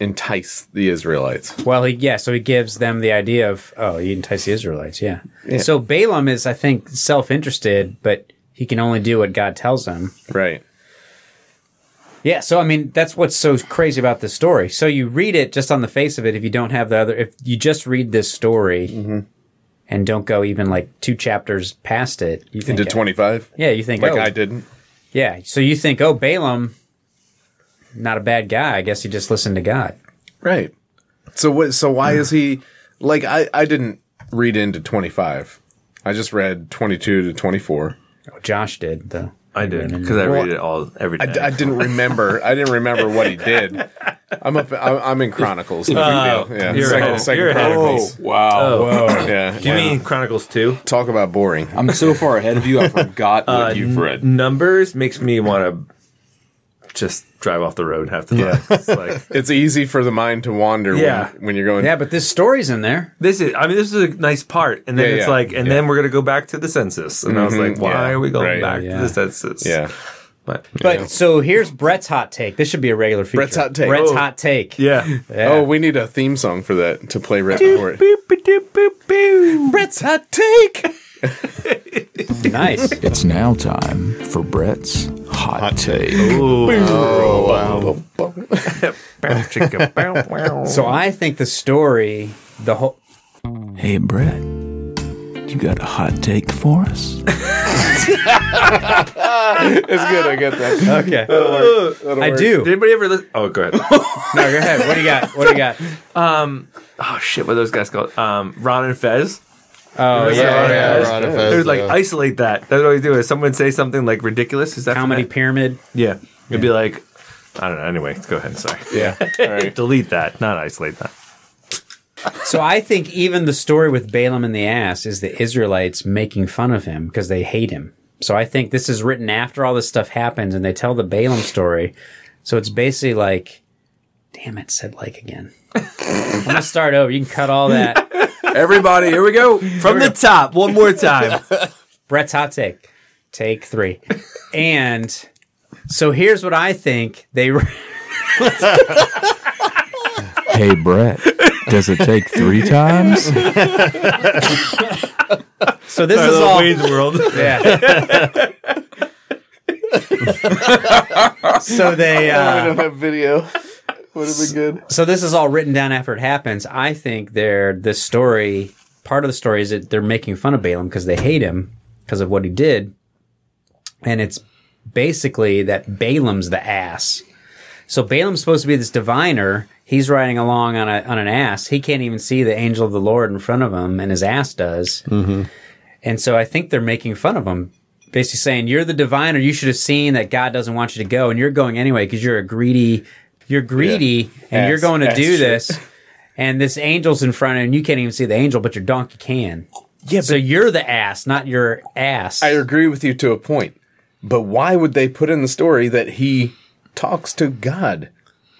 Speaker 3: entice the Israelites.
Speaker 1: Well, he, yeah, so he gives them the idea of, oh, he enticed the Israelites, yeah. So Balaam is, I think, self interested, but he can only do what God tells him.
Speaker 3: Right.
Speaker 1: Yeah, so I mean, that's what's so crazy about this story. So you read it just on the face of it, if you don't have the other, if you just read this story
Speaker 3: Mm-hmm.
Speaker 1: and don't go even like two chapters past it, you think,
Speaker 3: Into 25,
Speaker 1: yeah, you think,
Speaker 3: like
Speaker 1: oh,
Speaker 3: I didn't.
Speaker 1: yeah, so you think, oh, Balaam, not a bad guy. I guess he just listened to God.
Speaker 3: Right. So what? So why is he like? I I didn't read into 25. I just read 22 to 24.
Speaker 1: Oh, Josh did though.
Speaker 2: I did because I read it all every
Speaker 3: I,
Speaker 2: day.
Speaker 3: d- I didn't remember. I didn't remember what he did. I'm up. I'm I'm in Chronicles. No big deal. Yeah.
Speaker 2: you're
Speaker 3: second,
Speaker 2: ahead.
Speaker 3: second
Speaker 2: You're ahead of
Speaker 3: Chronicles.
Speaker 4: Oh, Wow.
Speaker 3: Yeah.
Speaker 2: Do you mean Chronicles two?
Speaker 3: talk about boring?
Speaker 4: I'm so far ahead of you, I forgot what you've read.
Speaker 2: Numbers makes me want to just drive off the road half the time. It's like
Speaker 3: It's easy for the mind to wander
Speaker 2: Yeah.
Speaker 3: when, when you're going.
Speaker 1: Yeah, but this story's in there.
Speaker 2: this is. I mean, this is a nice part, and then
Speaker 3: Yeah,
Speaker 2: it's
Speaker 3: yeah.
Speaker 2: like, and then we're gonna go back to the census, and I was like, why
Speaker 3: Yeah.
Speaker 2: are we going
Speaker 3: Right.
Speaker 2: back
Speaker 1: Yeah.
Speaker 2: to the census?
Speaker 3: Yeah.
Speaker 2: but
Speaker 1: But so here's Brett's hot take. This should be a regular feature.
Speaker 3: Brett's hot take.
Speaker 1: Brett's
Speaker 3: Oh.
Speaker 1: hot take.
Speaker 2: yeah.
Speaker 3: Oh, we need a theme song for that to play right before it.
Speaker 1: Brett's hot take. nice.
Speaker 4: It's now time for Brett's hot, take.
Speaker 1: So I think the story, the whole.
Speaker 4: Hey, Brett, you got a hot take for us?
Speaker 3: It's good. I get that.
Speaker 1: Okay. I do.
Speaker 2: Did anybody ever listen? Oh, go ahead.
Speaker 1: No, go ahead. What do you got? What do you got?
Speaker 2: oh shit, what are those guys called? Um, Ron and Fez.
Speaker 1: Oh yeah,
Speaker 2: Ron and
Speaker 1: yeah.
Speaker 2: Fez.
Speaker 6: Ron and
Speaker 2: They
Speaker 6: Fez,
Speaker 2: would like
Speaker 6: uh,
Speaker 2: isolate that. That's what we do. If someone would say something like ridiculous, is that
Speaker 1: Comedy pyramid.
Speaker 2: Yeah, it'd be like, I don't know. Anyway, go ahead. Sorry.
Speaker 3: Yeah. All right.
Speaker 2: Delete that, not isolate that.
Speaker 1: So I think even the story with Balaam in the ass is the Israelites making fun of him because they hate him. So I think this is written after all this stuff happens and they tell the Balaam story. So it's basically like, damn it, said like again. I'm gonna start over. You can cut all that.
Speaker 2: Everybody, here we go from the top one more time.
Speaker 1: Brett's hot take, take three. And so here's what I think they.
Speaker 4: Hey, Brett, does it take three times?
Speaker 1: So this is all.
Speaker 2: Wade's World.
Speaker 1: Yeah. so they. Uh,
Speaker 3: That video would have been good.
Speaker 1: so this is all written down after it happens. I think they're this story. Part of the story is that they're making fun of Balaam because they hate him because of what he did, and it's basically that Balaam's the ass. So Balaam's supposed to be this diviner. He's riding along on a on an ass. He can't even see the angel of the Lord in front of him, and his ass does.
Speaker 3: Mm-hmm.
Speaker 1: And so I think they're making fun of him, basically saying, You're the diviner. You should have seen that God doesn't want you to go, and you're going anyway because you're a greedy, you're greedy, and you're
Speaker 3: Ass-
Speaker 1: going to
Speaker 3: ass
Speaker 1: do
Speaker 3: shit.
Speaker 1: this. And this angel's in front of you, and you can't even see the angel, but your donkey can. Yeah, so you're the ass, not your ass.
Speaker 3: I agree with you to a point, but why would they put in the story that he talks to God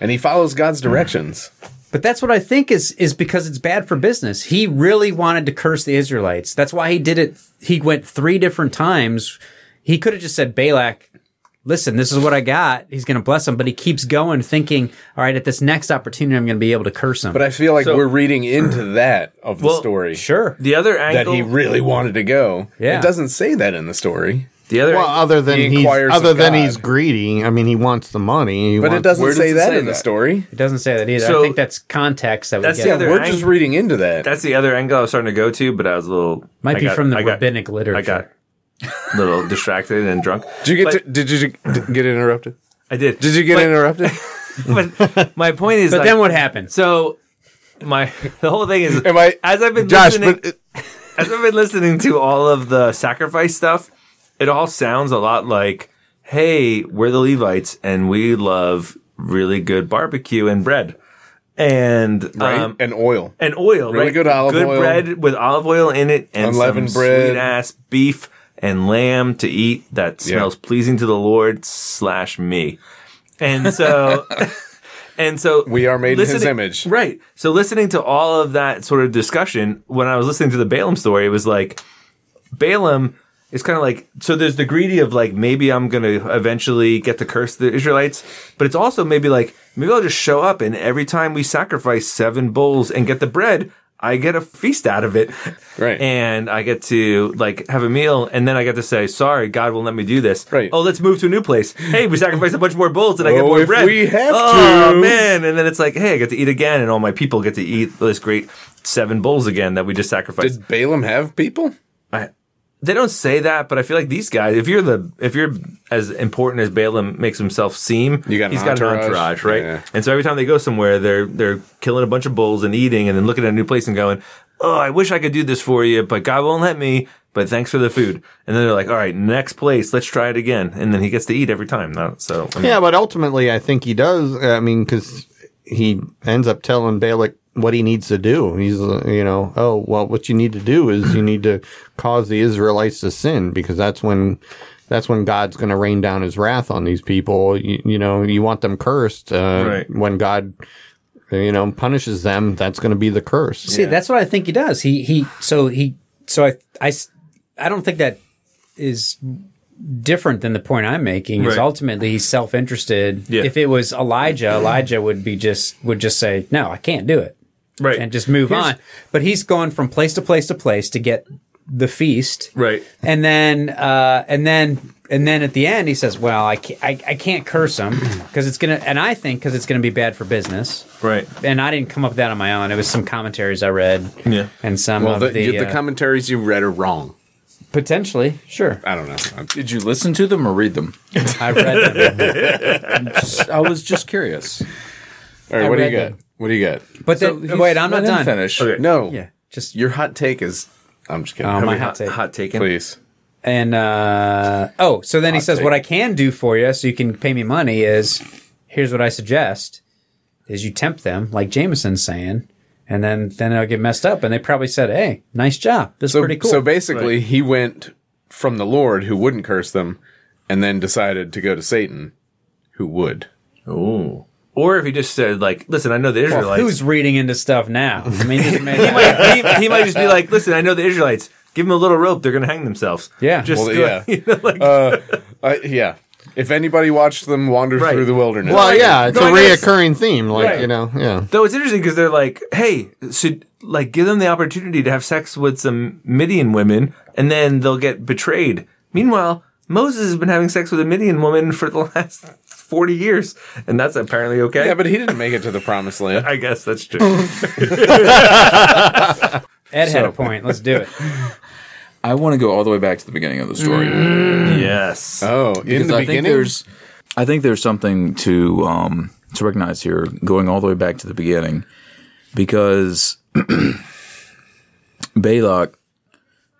Speaker 3: and he follows God's
Speaker 2: Hmm.
Speaker 3: directions?
Speaker 1: But that's what I think is is because it's bad for business. He really wanted to curse the Israelites. That's why he did it. He went three different times. He could have just said, Balak, listen, this is what I got. He's going to bless him. But he keeps going thinking, all right, at this next opportunity, I'm going to be able to curse him.
Speaker 3: But I feel like
Speaker 2: So-
Speaker 3: we're reading into that of the
Speaker 2: Well,
Speaker 3: story
Speaker 1: sure.
Speaker 2: The other
Speaker 3: that
Speaker 2: angle
Speaker 3: he really wanted to go.
Speaker 1: Yeah.
Speaker 3: It doesn't say that in the story,
Speaker 2: The other
Speaker 3: uh,
Speaker 6: well, other than
Speaker 3: He
Speaker 6: he's
Speaker 3: inquires
Speaker 6: other
Speaker 3: of
Speaker 6: than
Speaker 3: God.
Speaker 6: he's greedy. I mean, he wants the money. He
Speaker 3: but it
Speaker 6: wants-
Speaker 3: doesn't
Speaker 2: does
Speaker 3: say
Speaker 2: it
Speaker 3: that
Speaker 2: say
Speaker 3: in the
Speaker 2: that?
Speaker 3: story.
Speaker 1: It doesn't say that either. I
Speaker 2: So-
Speaker 1: think that's context that we
Speaker 2: That's
Speaker 1: get.
Speaker 2: the other-
Speaker 3: We're
Speaker 2: I-
Speaker 3: just reading into that.
Speaker 2: that's the other angle I was starting to go to, but I was a little
Speaker 1: Might
Speaker 2: I
Speaker 1: be
Speaker 2: got-
Speaker 1: from the
Speaker 2: I got-
Speaker 1: rabbinic literature.
Speaker 2: I got a little distracted and drunk.
Speaker 3: Did you get
Speaker 2: But-
Speaker 3: to, did you did- get interrupted?
Speaker 2: I did.
Speaker 3: Did you get interrupted?
Speaker 2: But my point is,
Speaker 1: But
Speaker 2: like,
Speaker 1: then what happens?
Speaker 2: So my the whole thing is,
Speaker 3: Am I-
Speaker 2: as I've been
Speaker 3: Josh,
Speaker 2: listening,
Speaker 3: but it-
Speaker 2: as I've been listening to all of the sacrifice stuff, it all sounds a lot like, "Hey, we're the Levites, and we love really good barbecue and bread, and
Speaker 3: right?
Speaker 2: um,
Speaker 3: and oil.
Speaker 2: and oil,
Speaker 3: Really
Speaker 2: right?
Speaker 3: good olive
Speaker 2: good
Speaker 3: oil.
Speaker 2: bread with olive oil in it, and
Speaker 3: Unleavened
Speaker 2: some
Speaker 3: bread.
Speaker 2: sweet ass beef and lamb to eat that smells pleasing to the Lord slash me." And so, and so
Speaker 3: We are made in His
Speaker 2: listening-
Speaker 3: image.
Speaker 2: right? So listening to all of that sort of discussion when I was listening to the Balaam story, it was like Balaam. is kind of like so. There's the greedy of like maybe I'm gonna eventually get to curse the Israelites, but it's also maybe like maybe I'll just show up and every time we sacrifice seven bulls and get the bread, I get a feast out of it,
Speaker 3: Right.
Speaker 2: And I get to like have a meal, and then I get to say sorry, God won't let me do this.
Speaker 3: Right.
Speaker 2: Oh, let's move to a new place. Hey, we sacrificed a bunch more bulls, and I get
Speaker 3: Oh,
Speaker 2: more
Speaker 3: if
Speaker 2: bread.
Speaker 3: we have
Speaker 2: oh,
Speaker 3: to.
Speaker 2: man! And then it's like, hey, I get to eat again, and all my people get to eat this great seven bulls again that we just sacrificed.
Speaker 3: Did Balaam have people?
Speaker 2: I, they don't say that, but I feel like these guys, if you're the if you're as important as Balaam makes himself seem,
Speaker 3: You got an
Speaker 2: he's got an
Speaker 3: entourage.
Speaker 2: entourage, right?
Speaker 3: Yeah.
Speaker 2: And so every time they go somewhere, they're they're killing a bunch of bulls and eating, and then looking at a new place and going, "Oh, I wish I could do this for you, but God won't let me." But thanks for the food. And then they're like, "All right, next place, let's try it again." And then he gets to eat every time. Now, so I mean,
Speaker 6: Yeah, but ultimately, I think he does. uh, I mean, because he ends up telling Balak what he needs to do. He's, uh, you know, oh, well, what you need to do is you need to cause the Israelites to sin because that's when. That's when God's going to rain down His wrath on these people. You, you know, you want them cursed. Uh,
Speaker 2: Right.
Speaker 6: When God, you know, punishes them, that's going to be the curse.
Speaker 1: See, that's what I think he does. He he. So he. So I I s- I don't think that is different than the point I'm making. Is
Speaker 2: Right.
Speaker 1: ultimately he's self interested.
Speaker 2: Yeah.
Speaker 1: If it was Elijah, Elijah would be just would just say no, I can't do it.
Speaker 2: right
Speaker 1: and just move on. But he's going from place to place to place to get the feast,
Speaker 2: Right.
Speaker 1: And then, uh, and then, and then at the end, he says, "Well, I can't, I, I can't curse him because it's gonna." And I think because it's gonna be bad for business.
Speaker 2: right.
Speaker 1: And I didn't come up with that on my own. It was some commentaries I read,
Speaker 2: Yeah.
Speaker 1: and some
Speaker 3: Well,
Speaker 1: of
Speaker 3: the,
Speaker 1: the,
Speaker 3: you- the
Speaker 1: uh,
Speaker 3: commentaries you read are wrong.
Speaker 1: potentially. Sure,
Speaker 3: I don't know.
Speaker 4: Did you listen to them or read them?
Speaker 1: I read them.
Speaker 4: I was just curious.
Speaker 3: All right,
Speaker 1: I
Speaker 3: what do you
Speaker 1: read
Speaker 3: got?
Speaker 1: them.
Speaker 3: What do you got?
Speaker 1: But
Speaker 4: So
Speaker 1: then,
Speaker 4: he's-
Speaker 1: wait, I'm
Speaker 4: let
Speaker 1: not
Speaker 4: him
Speaker 1: done.
Speaker 4: Finish.
Speaker 2: Okay.
Speaker 3: No,
Speaker 1: Yeah, just
Speaker 3: your hot take is. I'm just kidding.
Speaker 1: um, my hot
Speaker 2: Hot,
Speaker 1: take.
Speaker 2: hot taken.
Speaker 3: Please.
Speaker 1: And uh, oh, so then he says,
Speaker 3: take.
Speaker 1: "What I can do for you, so you can pay me money, is here's what I suggest: is you tempt them, like Jameson's saying, and then then they'll get messed up, and they probably said, "Hey, nice job, this
Speaker 3: So,
Speaker 1: is pretty cool."
Speaker 3: so basically, he went from the Lord who wouldn't curse them, and then decided to go to Satan who would.
Speaker 2: Ooh. Or if he just said like, "Listen, I know the Israelites."
Speaker 1: Who's reading into stuff now? I mean, this may-
Speaker 2: he, he might just be like, listen, I know the Israelites. Give them a little rope; they're going to hang themselves.
Speaker 1: Yeah.
Speaker 2: just
Speaker 3: Well,
Speaker 2: like-
Speaker 3: yeah.
Speaker 2: you know, like,
Speaker 3: Uh, yeah. If anybody watched them wander
Speaker 2: Right.
Speaker 3: through the wilderness,
Speaker 6: Well, yeah, it's a
Speaker 2: Going to-
Speaker 6: reoccurring theme, like
Speaker 2: Right.
Speaker 6: you know, yeah.
Speaker 2: though it's interesting because they're like, hey, should like give them the opportunity to have sex with some Midian women, and then they'll get betrayed. Meanwhile, Moses has been having sex with a Midian woman for the last forty years, and that's apparently okay.
Speaker 3: yeah, but he didn't make it to the promised land.
Speaker 2: I guess that's true.
Speaker 1: Ed had a point. Let's do it.
Speaker 4: I want to go all the way back to the beginning of the story.
Speaker 1: Mm.
Speaker 2: yes.
Speaker 3: Oh, in
Speaker 4: Because
Speaker 3: the
Speaker 4: I
Speaker 3: beginning,
Speaker 4: think there's, I think there's something to um, to recognize here, going all the way back to the beginning, because Balak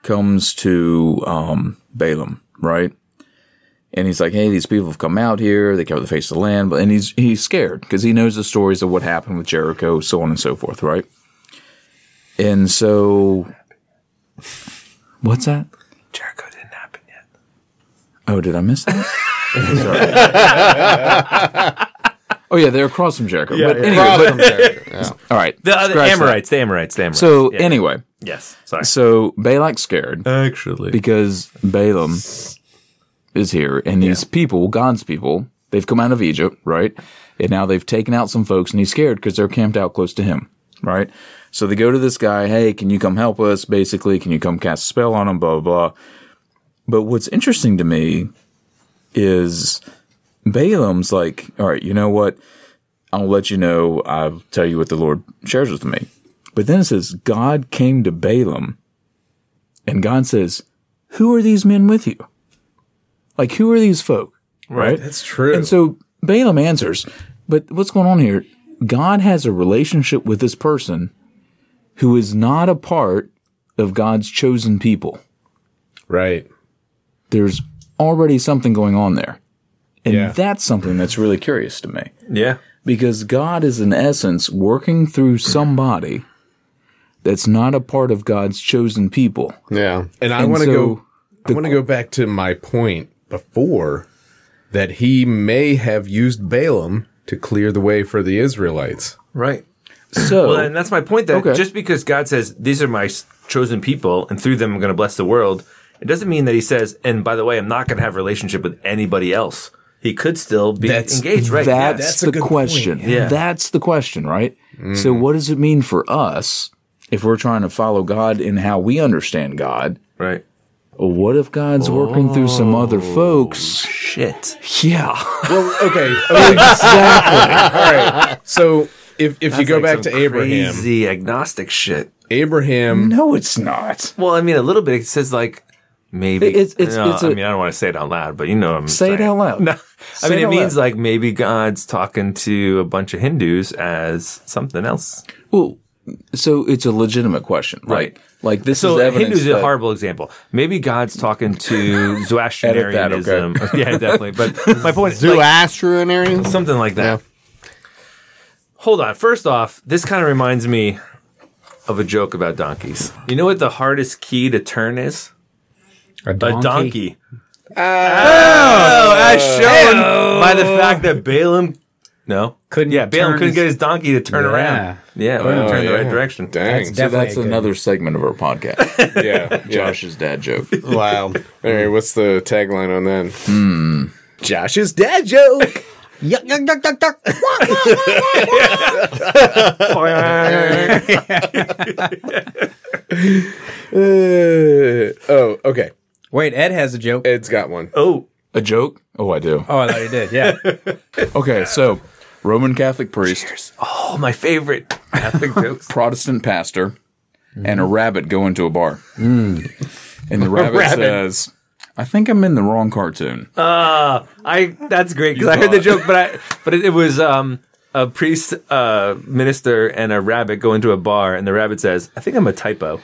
Speaker 4: comes to um, Balaam, right? And he's like, "Hey, these people have come out here. They cover the face of the land." But and he's he's scared because he knows the stories of what happened with Jericho, so on and so forth, right? And so, what's that?
Speaker 2: Jericho didn't happen yet.
Speaker 4: Oh, did I miss that? Sorry. oh yeah, they're across from Jericho. but anyway,
Speaker 6: Problem there. Yeah.
Speaker 4: all right.
Speaker 2: The other
Speaker 4: scratch that.
Speaker 2: Amorites, the Amorites, the Amorites.
Speaker 4: So
Speaker 2: Yeah.
Speaker 4: anyway,
Speaker 2: yes, sorry.
Speaker 4: so Balak's scared
Speaker 2: Actually,
Speaker 4: because Balaam is here, and these people, God's people, they've come out of Egypt, right? And now they've taken out some folks, and he's scared because they're camped out close to him, right? So they go to this guy, hey, can you come help us? Basically, can you come cast a spell on him? Blah blah. blah. But what's interesting to me is Balaam's like, all right, you know what? I'll let you know. I'll tell you what the Lord shares with me. But then it says, God came to Balaam, and God says, who are these men with you? Like, who are these folk?
Speaker 2: Right.
Speaker 3: That's true.
Speaker 4: And so Balaam answers, but what's going on here? God has a relationship with this person who is not a part of God's chosen people.
Speaker 3: right.
Speaker 4: There's already something going on there. And
Speaker 3: Yeah.
Speaker 4: that's something that's really curious to me
Speaker 2: Yeah.
Speaker 4: because God is in essence working through somebody that's not a part of God's chosen people.
Speaker 6: Yeah.
Speaker 3: And I
Speaker 4: And
Speaker 3: want to
Speaker 4: so
Speaker 3: go. I want to go back to my point before that he may have used Balaam to clear the way for the Israelites.
Speaker 2: Right.
Speaker 4: So
Speaker 2: Well, and that's my point. That
Speaker 4: Oh. Okay.
Speaker 2: just because God says these are my s- chosen people, and through them I'm going to bless the world, it doesn't mean that He says, and by the way, I'm not going to have a relationship with anybody else. He could still be
Speaker 3: That's-
Speaker 2: engaged, right? Yeah.
Speaker 4: That's,
Speaker 3: a
Speaker 4: the
Speaker 3: good
Speaker 4: question.
Speaker 2: Yeah.
Speaker 4: That's the question, right? So, what does it mean for us if we're trying to follow God in how we understand God?
Speaker 2: right.
Speaker 4: What if God's working through some other
Speaker 2: Oh,
Speaker 4: folks?
Speaker 2: Shit.
Speaker 4: Yeah.
Speaker 3: Well, okay, okay.
Speaker 4: Exactly.
Speaker 3: so if if you go
Speaker 2: Like
Speaker 3: back
Speaker 2: some
Speaker 3: to Abraham,
Speaker 2: Crazy agnostic shit.
Speaker 3: Abraham,
Speaker 4: no, it's not.
Speaker 2: Well, I mean, a little bit. It says like maybe.
Speaker 4: It- it's- it's-
Speaker 2: no,
Speaker 4: it's
Speaker 2: I
Speaker 4: a-
Speaker 2: mean, I don't want to say it out loud, but you know what I'm
Speaker 4: Say it
Speaker 2: saying.
Speaker 4: out loud.
Speaker 2: No, I
Speaker 4: it
Speaker 2: mean, it
Speaker 4: out
Speaker 2: means like maybe God's talking to a bunch of Hindus as something else.
Speaker 4: Well, so it's a legitimate question, right?
Speaker 2: Right.
Speaker 4: Like this
Speaker 2: So
Speaker 4: is evidence.
Speaker 2: Hindus is a
Speaker 4: that-
Speaker 2: horrible example. Maybe God's talking to
Speaker 4: Edit that,
Speaker 2: Zoroastrianism. yeah, definitely. But my point is like,
Speaker 6: Zoroastrian?
Speaker 2: something like that.
Speaker 6: Yeah.
Speaker 2: Hold on. First off, this kind of reminds me of a joke about donkeys. You know what the hardest key to turn is?
Speaker 1: A
Speaker 2: A
Speaker 1: donkey.
Speaker 2: donkey. Oh, as shown by the fact that Balaam. No.
Speaker 1: Couldn't
Speaker 2: Yeah,
Speaker 1: turn
Speaker 2: Balaam couldn't
Speaker 1: his-
Speaker 2: get his donkey to turn
Speaker 1: Yeah.
Speaker 2: around. Yeah, or to
Speaker 3: Oh,
Speaker 2: turn the right
Speaker 3: yeah.
Speaker 2: direction.
Speaker 3: dang,
Speaker 1: That's
Speaker 4: So
Speaker 1: Definitely
Speaker 4: that's
Speaker 1: a good-
Speaker 4: another segment of our
Speaker 3: yeah,
Speaker 4: podcast.
Speaker 3: yeah.
Speaker 4: Josh's dad joke.
Speaker 6: Wow.
Speaker 3: All right, what's the tagline on that?
Speaker 4: Hmm.
Speaker 3: Josh's dad joke. Uh, oh, okay.
Speaker 1: Wait, Ed has a joke.
Speaker 3: Ed's got one.
Speaker 2: Oh,
Speaker 4: A joke? Oh, I do.
Speaker 1: Oh, I thought you did. Yeah.
Speaker 4: Okay, so Roman Catholic priest.
Speaker 2: oh, my favorite Catholic jokes.
Speaker 4: Protestant pastor and a rabbit go into a bar. And the rabbit, says, I think I'm in the wrong cartoon.
Speaker 2: I that's great because I heard the joke, but I but it, it was um, a priest, uh, minister, and a rabbit go into a bar, and the rabbit says, "I think I'm a typo."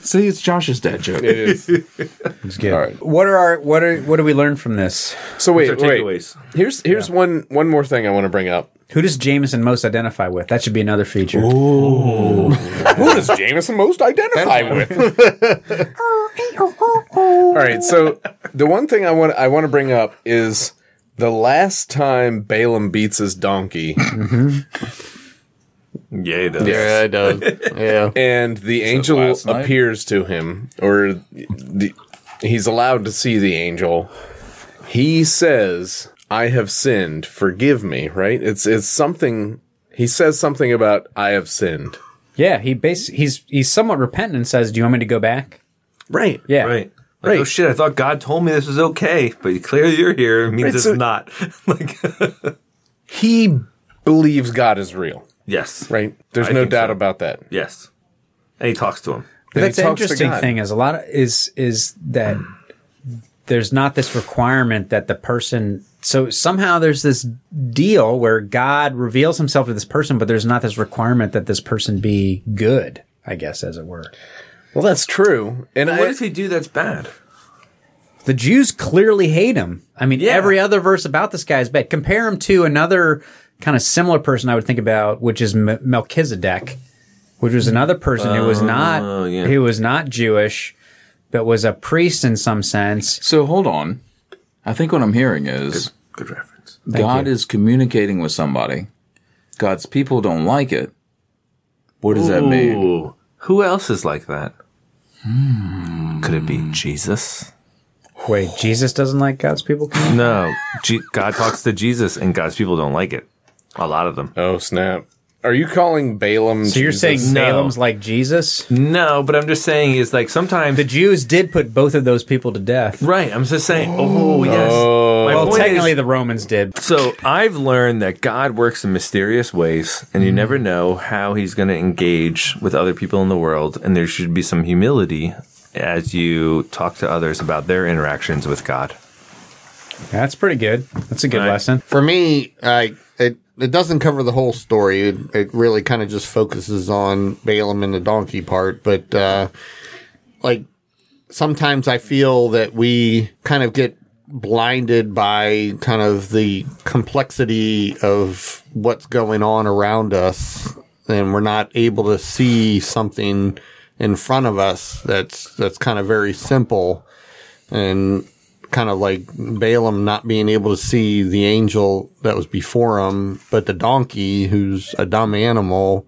Speaker 4: See, it's Josh's dad joke.
Speaker 3: It is.
Speaker 1: It's good. What are our what are what do we learn from this?
Speaker 3: So
Speaker 2: Those
Speaker 3: wait,
Speaker 2: are
Speaker 3: wait.
Speaker 2: takeaways.
Speaker 3: Here's here's one one more thing I want to bring up.
Speaker 1: Who does Jameson most identify with? That should be another feature.
Speaker 3: Who does Jameson most identify with? All right, so the one thing I want I want to bring up is the last time Balaam beats his donkey,
Speaker 2: Yay, though.
Speaker 6: Yeah, it does. Yeah.
Speaker 3: and the angel
Speaker 4: last night?
Speaker 3: appears to him, or the, he's allowed to see the angel. He says, "I have sinned. Forgive me." Right? It's it's something. He says something about I have sinned.
Speaker 1: Yeah, he bas- he's he's somewhat repentant and says, "Do you want me to go back?"
Speaker 3: Right.
Speaker 1: Yeah.
Speaker 2: Right. Like, Oh shit! I thought God told me this was okay, but clearly you're here. It means it's,
Speaker 3: It's a-
Speaker 2: not. like
Speaker 3: He believes God is real.
Speaker 2: yes,
Speaker 3: Right. There's
Speaker 2: I
Speaker 3: no
Speaker 2: think
Speaker 3: doubt
Speaker 2: so.
Speaker 3: about that.
Speaker 2: yes. And he talks to him.
Speaker 1: But
Speaker 3: And he
Speaker 1: that's an
Speaker 3: talks to
Speaker 1: interesting
Speaker 3: God.
Speaker 1: thing is a lot of is is that there's not this requirement that the person so somehow there's this deal where God reveals himself to this person, but there's not this requirement that this person be good, I guess, as it were.
Speaker 3: Well, that's true. And
Speaker 2: What
Speaker 3: I,
Speaker 2: does he do that's bad?
Speaker 1: The Jews clearly hate him. I mean,
Speaker 2: Yeah.
Speaker 1: every other verse about this guy is bad. Compare him to another kind of similar person I would think about, which is M- Melchizedek, which was another person who was not
Speaker 2: Oh, yeah.
Speaker 1: who was not Jewish, but was a priest in some sense.
Speaker 4: So hold on. I think what I'm hearing is
Speaker 2: Good reference.
Speaker 4: God is communicating with somebody. God's people don't like it. What does that mean?
Speaker 2: Ooh, who else is like that? Could it be Jesus?
Speaker 1: Wait, Jesus doesn't like God's people.
Speaker 2: No, G- God talks to Jesus, and God's people don't like it. A lot of them.
Speaker 3: oh snap! Are you calling Balaam?
Speaker 1: So you're
Speaker 3: Jesus?
Speaker 1: saying
Speaker 2: No.
Speaker 1: Balaam's like Jesus?
Speaker 2: No, but I'm just saying is like sometimes
Speaker 1: The Jews did put both of those people to death.
Speaker 2: right. I'm just saying. Oh, yes. My
Speaker 1: Well,
Speaker 2: point
Speaker 1: technically
Speaker 2: is-
Speaker 1: the Romans did.
Speaker 2: so I've learned that God works in mysterious ways, and you never know how He's going to engage with other people in the world. And there should be some humility as you talk to others about their interactions with God.
Speaker 1: That's pretty good. That's a good
Speaker 2: Right.
Speaker 1: lesson.
Speaker 6: For me, I it it doesn't cover the whole story. It, it really kind of just focuses on Balaam and the donkey part, but uh, like sometimes I feel that we kind of get blinded by kind of the complexity of what's going on around us and we're not able to see something in front of us that's that's kind of very simple and kind of like Balaam not being able to see the angel that was before him but the donkey who's a dumb animal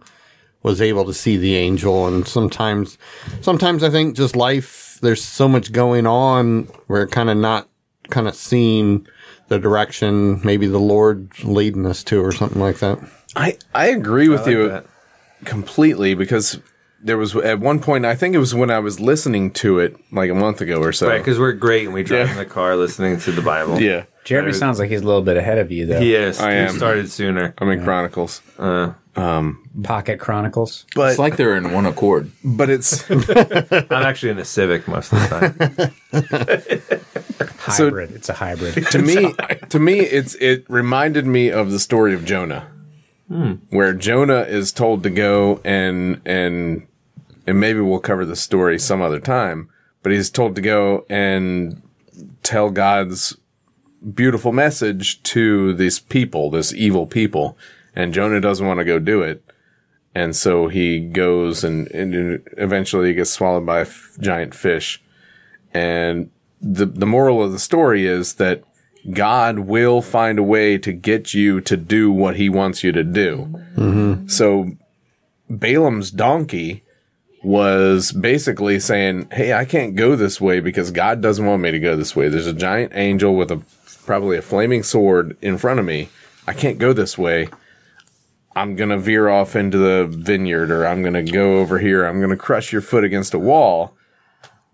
Speaker 6: was able to see the angel and sometimes sometimes i think just life there's so much going on we're kind of not kind of seeing the direction maybe the lord leading us to or something like that
Speaker 3: I I agree with you
Speaker 2: that.
Speaker 3: completely because there was at one point I think it was when I was listening to it like a month ago or so.
Speaker 2: Right, because we're great and we drive
Speaker 3: Oh. Yeah.
Speaker 2: in the car listening to the Bible.
Speaker 3: yeah,
Speaker 1: Jeremy sounds like he's a little bit ahead of you though.
Speaker 2: Yes,
Speaker 3: I
Speaker 2: I
Speaker 3: am.
Speaker 2: started sooner.
Speaker 3: I'm in Chronicles,
Speaker 1: Pocket Chronicles.
Speaker 3: but
Speaker 4: It's like they're in one accord.
Speaker 3: but it's
Speaker 2: I'm actually in a Civic most of the time.
Speaker 1: Hybrid. it's a hybrid.
Speaker 3: to me to me it's it reminded me of the story of Jonah, where Jonah is told to go and and and maybe we'll cover the story some other time, but he's told to go and tell God's beautiful message to these people, this evil people, and Jonah doesn't want to go do it. And so he goes and, and eventually he gets swallowed by a f- giant fish. And the, the moral of the story is that God will find a way to get you to do what he wants you to do. So Balaam's donkey was basically saying, Hey, I can't go this way because God doesn't want me to go this way. There's a giant angel with a probably a flaming sword in front of me. I can't go this way. I'm going to veer off into the vineyard or I'm going to go over here. I'm going to crush your foot against a wall.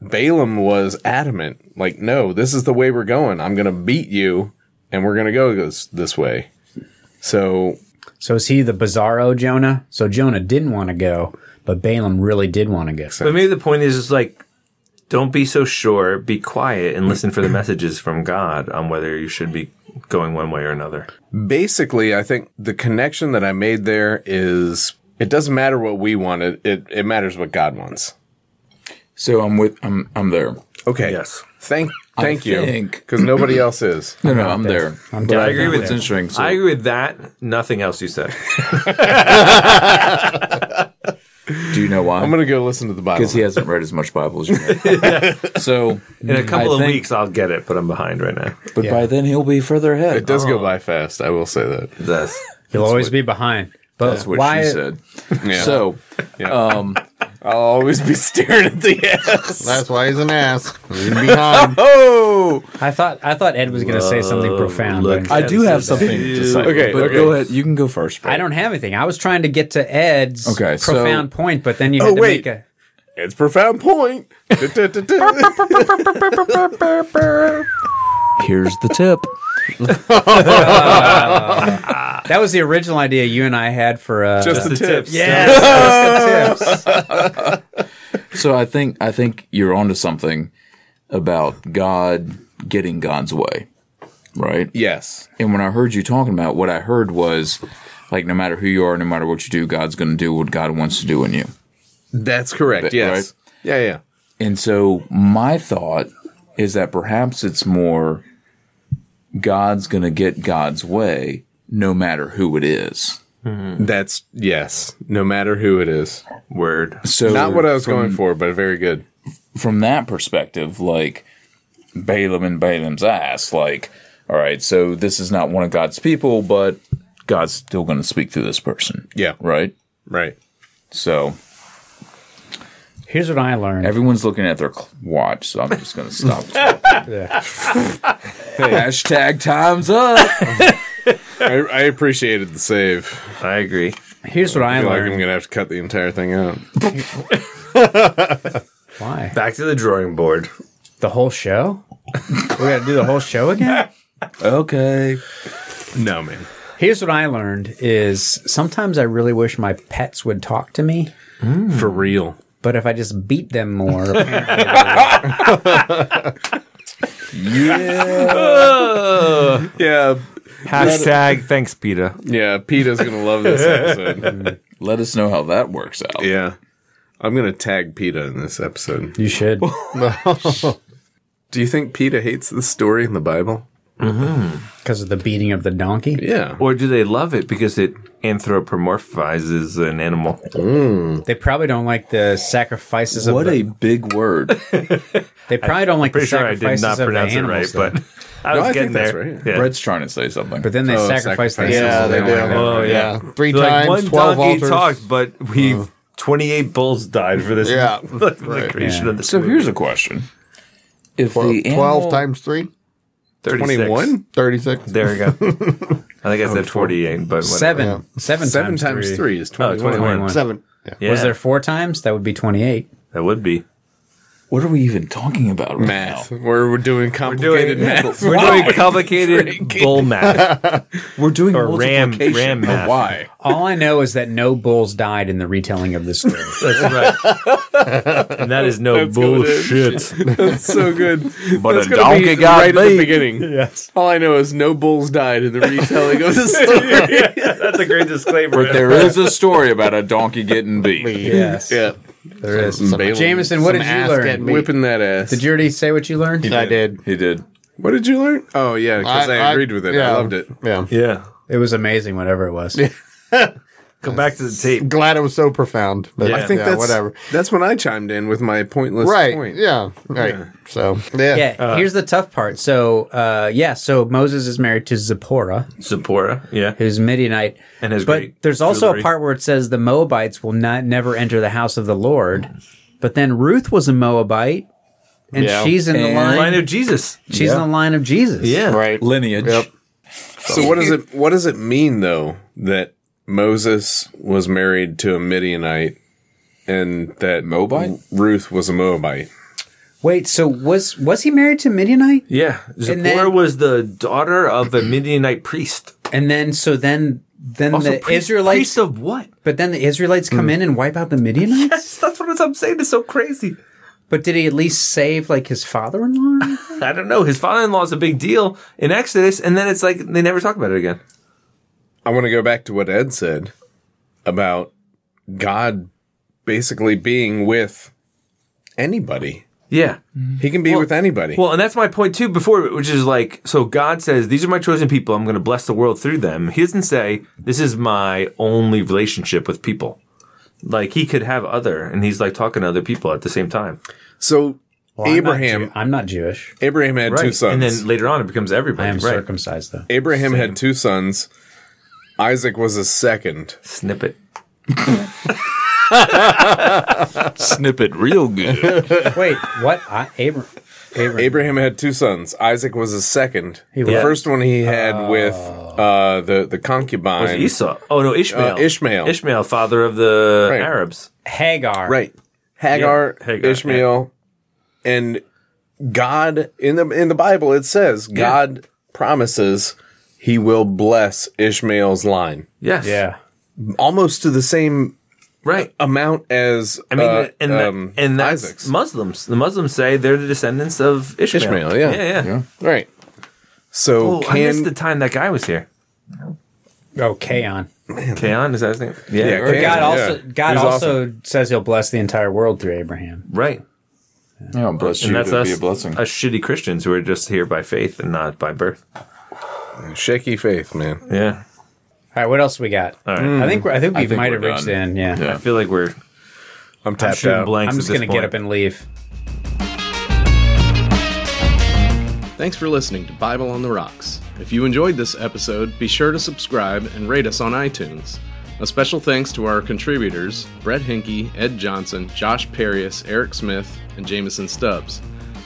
Speaker 3: Balaam was adamant, like, no, this is the way we're going. I'm going to beat you, and we're going to go this, this way. So,
Speaker 1: so is he the bizarro Jonah? So Jonah didn't want to go, but Balaam really did want to go.
Speaker 2: But maybe the point is, is like, don't be so sure. Be quiet and listen for the messages from God on whether you should be going one way or another.
Speaker 3: basically, I think the connection that I made there is it doesn't matter what we want; it it, it matters what God wants.
Speaker 4: So I'm with I'm I'm there.
Speaker 3: Okay.
Speaker 2: Yes.
Speaker 3: Thank thank you,
Speaker 4: think-
Speaker 3: because nobody else is.
Speaker 4: No, no, I'm there. I'm
Speaker 2: I agree with
Speaker 4: It's interesting. So
Speaker 2: I agree with that. Nothing else you said.
Speaker 4: do you know why?
Speaker 3: I'm gonna go listen to the Bible.
Speaker 4: because he hasn't read as much Bible as you have. So
Speaker 2: In a couple
Speaker 4: I
Speaker 2: of
Speaker 4: think-
Speaker 2: weeks, I'll get it, but I'm behind right now.
Speaker 4: but by then he'll be further ahead.
Speaker 3: it does go by fast. I will say that.
Speaker 2: That's
Speaker 1: He'll always be behind. But
Speaker 4: That's what
Speaker 1: why,
Speaker 4: she said. So um,
Speaker 3: I'll always be staring at the ass.
Speaker 6: that's why he's an ass Leave him behind.
Speaker 3: Oh,
Speaker 1: I thought I thought Ed was going to say something profound.
Speaker 2: look
Speaker 1: but
Speaker 4: I do have something
Speaker 2: Ew.
Speaker 4: to say.
Speaker 3: Okay,
Speaker 4: but
Speaker 3: okay.
Speaker 4: go ahead. You can go first.
Speaker 1: I don't have anything. I was trying to get to Ed's
Speaker 4: Okay, so-
Speaker 1: profound point, but then you had to
Speaker 3: wait.
Speaker 1: make a.
Speaker 3: it's profound point.
Speaker 4: Here's the tip.
Speaker 1: That was the original idea you and I had for uh,
Speaker 3: Just the tips.
Speaker 1: Yes, just the tips.
Speaker 4: So I think I think you're onto something about God getting God's way, right?
Speaker 3: Yes.
Speaker 4: And when I heard you talking about, what I heard was like, no matter who you are, no matter what you do, God's going to do what God wants to do in you.
Speaker 3: That's correct.
Speaker 4: Th-
Speaker 3: Yes. Yeah, yeah.
Speaker 4: And so my thought is that perhaps it's more God's going to get God's way no matter who it is.
Speaker 3: That's yes. No matter who it is.
Speaker 2: word.
Speaker 4: So
Speaker 3: Not what I was going for, but very good.
Speaker 4: from that perspective, like Balaam and Balaam's ass, like, all right, so this is not one of God's people, but God's still going to speak through this person,
Speaker 3: Yeah.
Speaker 4: right?
Speaker 3: Right.
Speaker 4: So
Speaker 1: Here's what I learned.
Speaker 4: everyone's looking at their cl- watch, so I'm just going to stop. Hashtag time's up.
Speaker 3: I, I appreciated the save.
Speaker 2: I agree.
Speaker 1: Here's what I
Speaker 3: I feel like I'm
Speaker 1: learned.
Speaker 3: gonna have to cut the entire thing out.
Speaker 1: Why?
Speaker 2: Back to the drawing board.
Speaker 1: The whole show? we got to do the whole show again?
Speaker 4: Okay.
Speaker 3: No, man.
Speaker 1: Here's what I learned is sometimes I really wish my pets would talk to me,
Speaker 2: For real.
Speaker 1: but if I just beat them more, apparently
Speaker 3: Yeah,
Speaker 2: Hashtag thanks, Peter.
Speaker 3: yeah. Peta's gonna love this episode.
Speaker 4: Let us know how that works out.
Speaker 3: yeah, I'm gonna tag Peta in this episode.
Speaker 1: you should.
Speaker 3: Do you think Peta hates the story in the Bible?
Speaker 1: Because of the beating of the donkey?
Speaker 3: Yeah.
Speaker 2: Or do they love it because it anthropomorphizes an animal?
Speaker 1: They probably don't like the sacrifices of
Speaker 4: What
Speaker 1: the,
Speaker 4: a big word.
Speaker 1: They probably don't like the
Speaker 2: Pretty sure I
Speaker 1: sacrifices
Speaker 2: did not
Speaker 1: of the
Speaker 2: pronounce it right,
Speaker 1: animals, though.
Speaker 2: but I was
Speaker 3: I think
Speaker 2: getting
Speaker 3: that's
Speaker 2: there.
Speaker 3: right.
Speaker 2: Yeah.
Speaker 4: Brett's trying to say something.
Speaker 1: But then they
Speaker 3: Oh,
Speaker 1: sacrifice the
Speaker 3: sacrifices.
Speaker 6: Yeah,
Speaker 1: animals.
Speaker 6: they do.
Speaker 2: Oh, yeah.
Speaker 6: yeah. Three
Speaker 2: They're
Speaker 6: times,
Speaker 2: one
Speaker 6: 12
Speaker 2: donkey
Speaker 6: altars.
Speaker 2: talked, but we 28 bulls died for this.
Speaker 6: Yeah.
Speaker 2: for the creation of this.
Speaker 4: so here's a question. If the
Speaker 6: 12
Speaker 4: animal,
Speaker 6: times 3?
Speaker 2: 36.
Speaker 3: 21?
Speaker 6: 36.
Speaker 2: There we go. I think I said 48, but whatever.
Speaker 1: Seven.
Speaker 6: Yeah.
Speaker 1: Seven,
Speaker 3: Seven
Speaker 1: times,
Speaker 3: times
Speaker 1: three.
Speaker 3: three is
Speaker 2: Oh,
Speaker 3: 21.
Speaker 2: 21.
Speaker 1: 21.
Speaker 6: Seven. Yeah.
Speaker 2: Yeah,
Speaker 1: Was there four times? That would be 28.
Speaker 2: that would be.
Speaker 4: what are we even talking about right
Speaker 3: math.
Speaker 4: now?
Speaker 3: We're, we're doing complicated
Speaker 2: doing-
Speaker 3: math.
Speaker 2: We're doing complicated bull math
Speaker 4: We're doing
Speaker 2: or ram
Speaker 4: multiplication.
Speaker 2: ram
Speaker 4: Now,
Speaker 2: math.
Speaker 4: Why?
Speaker 1: All I know is that no bulls died in the retelling of this story.
Speaker 2: That's right. and that is no bullshit.
Speaker 3: That's so good.
Speaker 2: But
Speaker 3: That's
Speaker 2: a
Speaker 3: gonna be
Speaker 2: donkey got
Speaker 3: right at the
Speaker 2: beat.
Speaker 3: beginning.
Speaker 2: yes,
Speaker 3: All I know is no bulls died in the retelling of the story.
Speaker 2: that's a great disclaimer.
Speaker 4: But there is a story about a donkey getting beat.
Speaker 1: yes.
Speaker 3: yeah.
Speaker 1: There is.
Speaker 3: Some Balaam-
Speaker 1: Jameson, what did you
Speaker 6: ass
Speaker 1: learn?
Speaker 6: getting beat.
Speaker 3: Whipping that ass.
Speaker 1: Did you already say what you learned?
Speaker 6: I did.
Speaker 4: He did.
Speaker 3: What did you learn? Oh, yeah, because I, agreed with it. I
Speaker 6: yeah.
Speaker 3: loved it.
Speaker 6: Yeah.
Speaker 2: yeah,
Speaker 1: It was amazing, whatever it was.
Speaker 2: go back to the tape.
Speaker 6: Glad it was so profound. But
Speaker 3: I think
Speaker 6: yeah,
Speaker 3: that's
Speaker 6: whatever.
Speaker 3: That's when I chimed in with my pointless
Speaker 6: Right.
Speaker 3: point.
Speaker 6: Yeah. Right. So, yeah.
Speaker 1: Yeah,
Speaker 2: Uh,
Speaker 1: here's the tough part. So, uh, yeah, so Moses is married to Zipporah,
Speaker 2: Zipporah, yeah,
Speaker 1: who's Midianite.
Speaker 2: and his
Speaker 1: But
Speaker 2: great
Speaker 1: there's also
Speaker 2: jewelry.
Speaker 1: a part where it says the Moabites will not never enter the house of the Lord. But then Ruth was a Moabite, and
Speaker 6: Yeah.
Speaker 1: she's in the
Speaker 4: And-
Speaker 1: line.
Speaker 2: line of Jesus.
Speaker 1: she's in the line of Jesus.
Speaker 2: Yeah,
Speaker 6: Right.
Speaker 4: Lineage.
Speaker 6: Yep.
Speaker 3: So what does it what does it mean though that Moses was married to a Midianite and that
Speaker 4: Moabite?
Speaker 3: Ruth was a Moabite?
Speaker 1: Wait, so was was he married to Midianite?
Speaker 2: yeah. Zipporah
Speaker 1: And then-
Speaker 2: was the daughter of a Midianite priest.
Speaker 1: And then so then then
Speaker 2: Also,
Speaker 1: the
Speaker 2: priest,
Speaker 1: Israelites
Speaker 2: priest of Mm. what?
Speaker 1: but then the Israelites come in and wipe out the Midianites?
Speaker 2: Yes, that's what I'm saying. It's so crazy.
Speaker 1: But did he at least save like his father-in-law? or anything?
Speaker 2: I don't know. His father-in-law is a big deal in Exodus, and then it's like they never talk about it again.
Speaker 3: I want to go back to what Ed said about God basically being with anybody.
Speaker 2: Yeah.
Speaker 3: He can be with anybody.
Speaker 2: Well, and that's my point too before, which is like, so God says, These are my chosen people. I'm going to bless the world through them. He doesn't say, This is my only relationship with people. Like, he could have other, and he's like talking to other people at the same time.
Speaker 3: so
Speaker 1: I'm not
Speaker 3: Abraham
Speaker 1: Jew- I'm not Jewish.
Speaker 3: Abraham had two sons.
Speaker 2: And then later on, it becomes
Speaker 1: I
Speaker 2: everybody.
Speaker 1: am
Speaker 2: right.
Speaker 1: circumcised though.
Speaker 3: Abraham had two sons. Isaac was his second.
Speaker 2: Snippet.
Speaker 4: Snippet real good.
Speaker 1: Wait, what? I, Abra- Abraham.
Speaker 3: Abraham had two sons. Isaac was his second. the
Speaker 1: was.
Speaker 3: first one he had
Speaker 2: Oh.
Speaker 3: with uh, the the concubine.
Speaker 2: Was it Esau? Oh, no, Ishmael.
Speaker 3: Uh, Ishmael.
Speaker 2: Ishmael, father of the
Speaker 3: Right.
Speaker 2: Arabs.
Speaker 1: Hagar.
Speaker 3: Right. Hagar,
Speaker 2: Yeah, Hagar,
Speaker 3: Ishmael, and God in the in the Bible it says God promises he will bless Ishmael's line.
Speaker 2: Yes.
Speaker 1: Yeah.
Speaker 3: Almost to the same
Speaker 2: Right.
Speaker 3: amount as
Speaker 2: I mean,
Speaker 3: uh,
Speaker 2: and,
Speaker 3: um,
Speaker 2: that, and that's
Speaker 3: Isaac's.
Speaker 2: Muslims. The Muslims say they're the descendants of Ishmael.
Speaker 3: Ishmael, yeah.
Speaker 2: Yeah, yeah.
Speaker 3: right. So
Speaker 2: Oh, I missed
Speaker 3: can
Speaker 2: the time that guy was here.
Speaker 1: Oh, Kaon.
Speaker 2: Kaon, is that his name? Yeah.
Speaker 3: Yeah,
Speaker 1: God
Speaker 3: yeah.
Speaker 1: also God
Speaker 3: He's
Speaker 1: also says he'll bless the entire world through Abraham.
Speaker 2: Right.
Speaker 4: Oh, bless
Speaker 2: And
Speaker 4: you.
Speaker 2: that's
Speaker 4: That'd
Speaker 2: us,
Speaker 4: be a blessing.
Speaker 2: us shitty Christians who are just here by faith and not by birth.
Speaker 3: shaky faith, man.
Speaker 2: Yeah.
Speaker 1: All right, what else we got?
Speaker 2: All right.
Speaker 3: Mm.
Speaker 1: I think we're, I think we
Speaker 4: think
Speaker 1: might
Speaker 4: we're
Speaker 1: have reached the end.
Speaker 4: done.
Speaker 1: Yeah.
Speaker 4: Yeah.
Speaker 2: I feel like we're
Speaker 3: I'm tapped
Speaker 2: shooting
Speaker 3: out.
Speaker 2: blanks
Speaker 1: I'm just
Speaker 2: at this
Speaker 1: gonna get
Speaker 2: point.
Speaker 1: up and leave.
Speaker 7: Thanks for listening to Bible on the Rocks. If you enjoyed this episode, be sure to subscribe and rate us on iTunes. A special thanks to our contributors, Brett Hinkey, Ed Johnson, Josh Perius, Eric Smith, and Jameson Stubbs.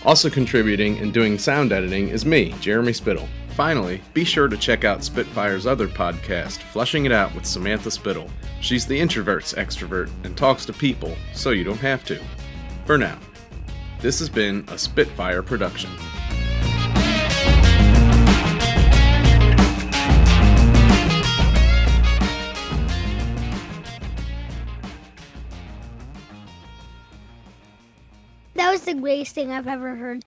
Speaker 7: Also contributing and doing sound editing is me, Jeremy Spittle.
Speaker 3: Finally, be sure to check out Spitfire's other podcast, Flushing It Out with Samantha Spittle. She's the introvert's extrovert and talks to people, so you don't have to. For now, this has been a Spitfire production.
Speaker 8: That was the greatest thing I've ever heard.